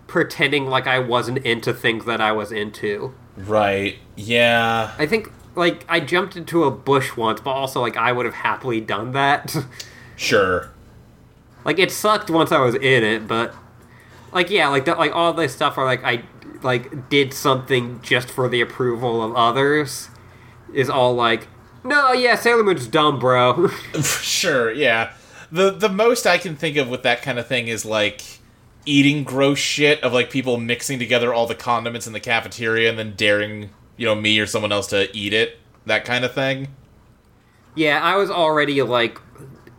Speaker 1: pretending like I wasn't into things that I was into.
Speaker 3: Right. Yeah.
Speaker 1: I think like I jumped into a bush once, but also like I would have happily done that.
Speaker 3: Sure.
Speaker 1: like it sucked once I was in it, but like yeah, like that, like all this stuff where like I like did something just for the approval of others is all like no, yeah, Sailor Moon's dumb, bro.
Speaker 3: Sure. Yeah. The the most I can think of with that kind of thing is like eating gross shit of like people mixing together all the condiments in the cafeteria and then daring you know me or someone else to eat it. That kind of thing.
Speaker 1: yeah, I was already like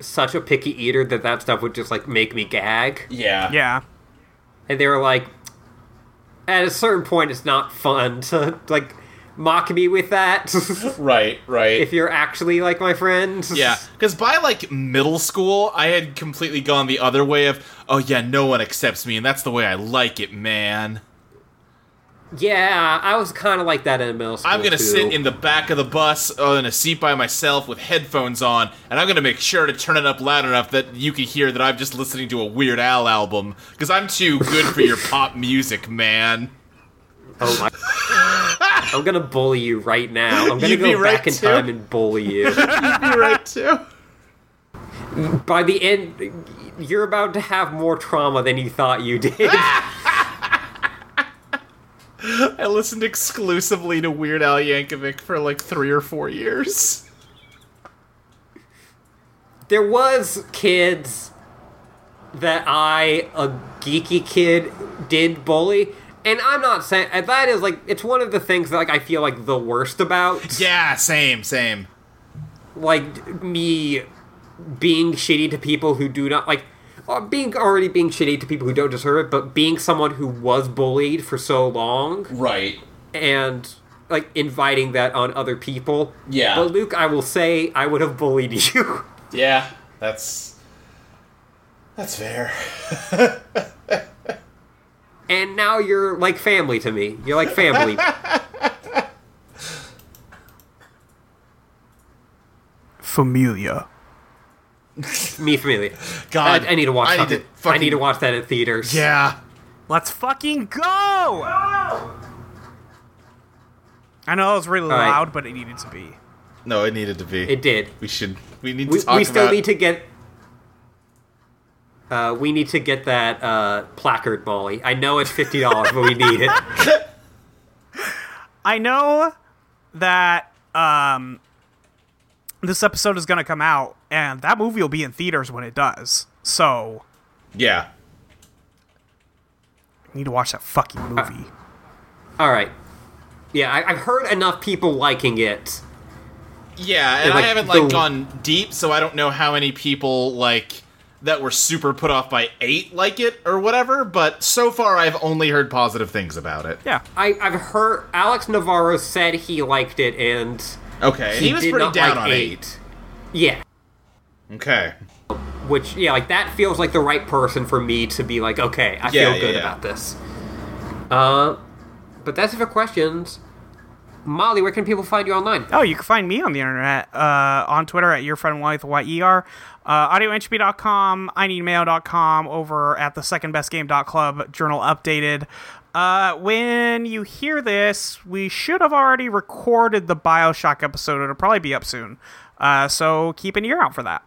Speaker 1: such a picky eater that that stuff would just like make me gag,
Speaker 3: Yeah.
Speaker 2: Yeah.
Speaker 1: and they were like, at a certain point, it's not fun to like mock me with that.
Speaker 3: Right. Right.
Speaker 1: if you're actually like my friend.
Speaker 3: Yeah, because by like middle school, I had completely gone the other way of, oh yeah, no one accepts me, and that's the way I like it, man.
Speaker 1: Yeah, I was kind of like that in middle school.
Speaker 3: I'm gonna
Speaker 1: too.
Speaker 3: sit in the back of the bus uh, in a seat by myself with headphones on, and I'm gonna make sure to turn it up loud enough that you can hear that I'm just listening to a Weird Al album, because I'm too good for your pop music, man.
Speaker 1: Oh my. I'm gonna bully you right now. I'm gonna
Speaker 3: You'd be
Speaker 1: go
Speaker 3: right,
Speaker 1: back in
Speaker 3: too.
Speaker 1: time and bully you.
Speaker 3: You're right too.
Speaker 1: By the end, you're about to have more trauma than you thought you did.
Speaker 3: I listened exclusively to Weird Al Yankovic for like three or four years.
Speaker 1: there was kids that I, a geeky kid, did bully, and I'm not saying that is like it's one of the things that like I feel like the worst about.
Speaker 3: Yeah, same, same.
Speaker 1: like me being shitty to people who do not like or being already being shitty to people who don't deserve it but being someone who was bullied for so long
Speaker 3: Right.
Speaker 1: and like inviting that on other people
Speaker 3: Yeah.
Speaker 1: but luke i will say i would have bullied you
Speaker 3: Yeah, that's that's fair.
Speaker 1: and now you're like family to me you're like family
Speaker 2: Familia.
Speaker 1: me familia
Speaker 3: God,
Speaker 1: I, I need to watch
Speaker 3: Um, I need
Speaker 1: something.
Speaker 3: to
Speaker 1: i
Speaker 3: fucking,
Speaker 1: need to watch that at theaters
Speaker 3: Yeah,
Speaker 2: Let's fucking go! I know that was really
Speaker 1: right.
Speaker 2: loud, but it needed to be.
Speaker 3: no, it needed to be.
Speaker 1: it did
Speaker 3: we should. We need
Speaker 1: we,
Speaker 3: to talk
Speaker 1: we still
Speaker 3: about.
Speaker 1: need to get uh, we need to get that uh, placard molly i know it's $50 but we need it
Speaker 2: I know that um, this episode is going to come out, and that movie will be in theaters when it does. So,
Speaker 3: yeah,
Speaker 2: I need to watch that fucking movie.
Speaker 1: all right yeah I, i've heard enough people liking it
Speaker 3: yeah, and
Speaker 1: like,
Speaker 3: I haven't like
Speaker 1: the-
Speaker 3: gone deep, so I don't know how many people like that were super put off by eight like it or whatever. But so far, I've only heard positive things about it.
Speaker 2: yeah.
Speaker 1: I, i've heard alex navarro said he liked it and
Speaker 3: Okay, and he, was
Speaker 1: did
Speaker 3: pretty
Speaker 1: not
Speaker 3: down
Speaker 1: like
Speaker 3: on
Speaker 1: eight yeah
Speaker 3: Okay,
Speaker 1: which yeah like that feels like the right person for me to be like okay i
Speaker 3: Yeah,
Speaker 1: feel
Speaker 3: yeah,
Speaker 1: good
Speaker 3: yeah.
Speaker 1: about this uh but that's it for questions molly where can people find you online
Speaker 2: Oh, you can find me on the internet, uh, on Twitter at your friend Wythe, Y-E-R, uh, audioentropy.com, ineedmail.com, over at the secondbestgame.club, journal updated. Uh, when you hear this, we should have already recorded the Bioshock episode. It'll probably be up soon. Uh, so keep an ear out for that.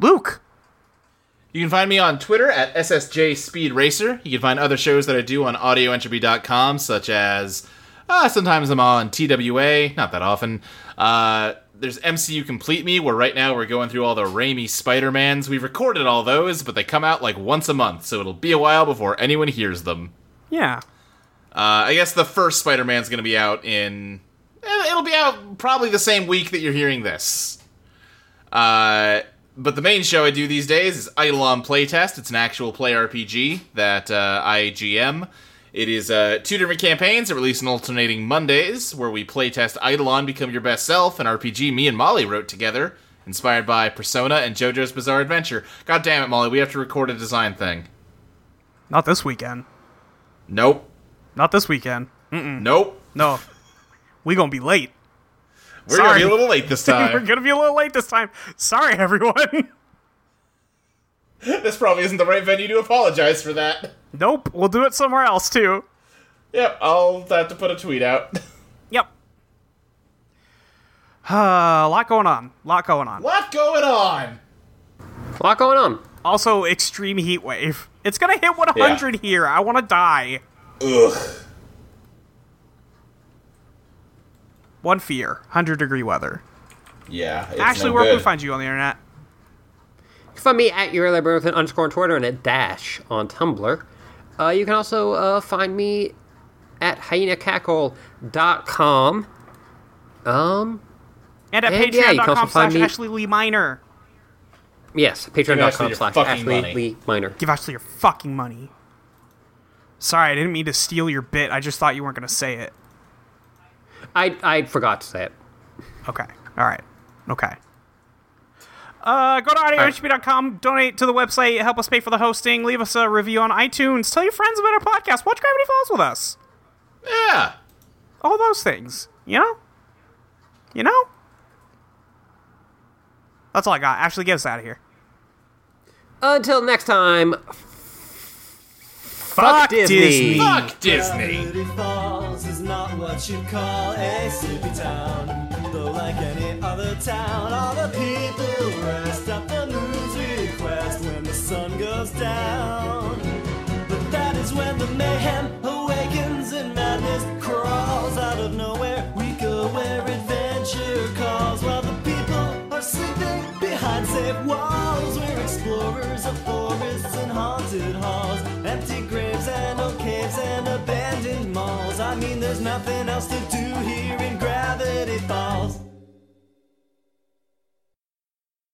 Speaker 2: Luke.
Speaker 3: You can find me on Twitter at SSJ Speed Racer. You can find other shows that I do on audioentropy.com, such as uh, sometimes I'm on TWA, not that often. Uh, there's MCU Complete Me, where right now we're going through all the Raimi Spider Mans. We've recorded all those, but they come out like once a month, so it'll be a while before anyone hears them.
Speaker 2: Yeah.
Speaker 3: Uh, I guess the first Spider Man's going to be out in. eh, It'll be out probably the same week that you're hearing this. Uh, but the main show I do these days is Eidolon Playtest. It's an actual play RPG that uh, I GM. It is uh, two different campaigns that release on alternating Mondays, where we playtest Eidolon Become Your Best Self, an RPG me and Molly wrote together, inspired by Persona and JoJo's Bizarre Adventure. God damn it, Molly, we have to record a design thing.
Speaker 2: Not this weekend.
Speaker 3: Nope.
Speaker 2: Not this weekend.
Speaker 3: Nope.
Speaker 2: No. We gonna be late.
Speaker 3: We're going to
Speaker 2: Sorry.
Speaker 3: be a little late this time.
Speaker 2: We're gonna be a little late this time. Sorry, everyone.
Speaker 3: This probably isn't the right venue to apologize for that.
Speaker 2: nope. We'll do it somewhere else too.
Speaker 3: Yep, I'll have to put a tweet out.
Speaker 2: Yep. Uh, a lot going on. lot going on.
Speaker 3: Lot going on.
Speaker 1: A lot going on.
Speaker 2: Also, extreme heat wave. It's gonna hit 100 here. I want to die.
Speaker 3: Ugh.
Speaker 2: One fear. 100 degree weather.
Speaker 3: Yeah. It's
Speaker 2: Actually,
Speaker 3: no
Speaker 2: where can we
Speaker 3: good.
Speaker 2: find you on the internet?
Speaker 1: You can find me at your Burlington underscore on Twitter and at Dash on Tumblr. Uh, you can also uh, find me at hyenacackle.com. Um,
Speaker 2: And at
Speaker 1: And yeah, you can also
Speaker 2: patreon.com
Speaker 1: find
Speaker 2: slash
Speaker 1: me-
Speaker 2: Ashley Lee Minor.
Speaker 1: yes,
Speaker 3: Ashley
Speaker 1: patreon.com
Speaker 3: your
Speaker 1: slash
Speaker 3: fucking
Speaker 1: Ashley
Speaker 3: money.
Speaker 1: Lee Minor.
Speaker 2: Give Ashley your fucking money. Sorry, I didn't mean to steal your bit. I just thought you weren't gonna say it.
Speaker 1: I, I forgot to say it.
Speaker 2: Okay. All right. Okay. Uh, go to audiohp.com, donate to the website, help us pay for the hosting, leave us a review on iTunes, tell your friends about our podcast, watch Gravity Falls with us.
Speaker 3: Yeah.
Speaker 2: All those things. You know? You know? That's all I got. Ashley, get us out of here.
Speaker 1: Until next time,
Speaker 2: Fuck,
Speaker 1: Disney.
Speaker 3: Fuck Disney.
Speaker 4: Gravity Falls is not what you'd call a sleepy town. Though, like any other town, all the people rest at their news request when the sun goes down. But that is when the mayhem awakens and madness crawls out of nowhere. We go where adventure calls while the people are sleeping behind safe walls. We're explorers of forests and haunted halls, empty graves and old caves and abandoned malls. I mean, there's nothing else to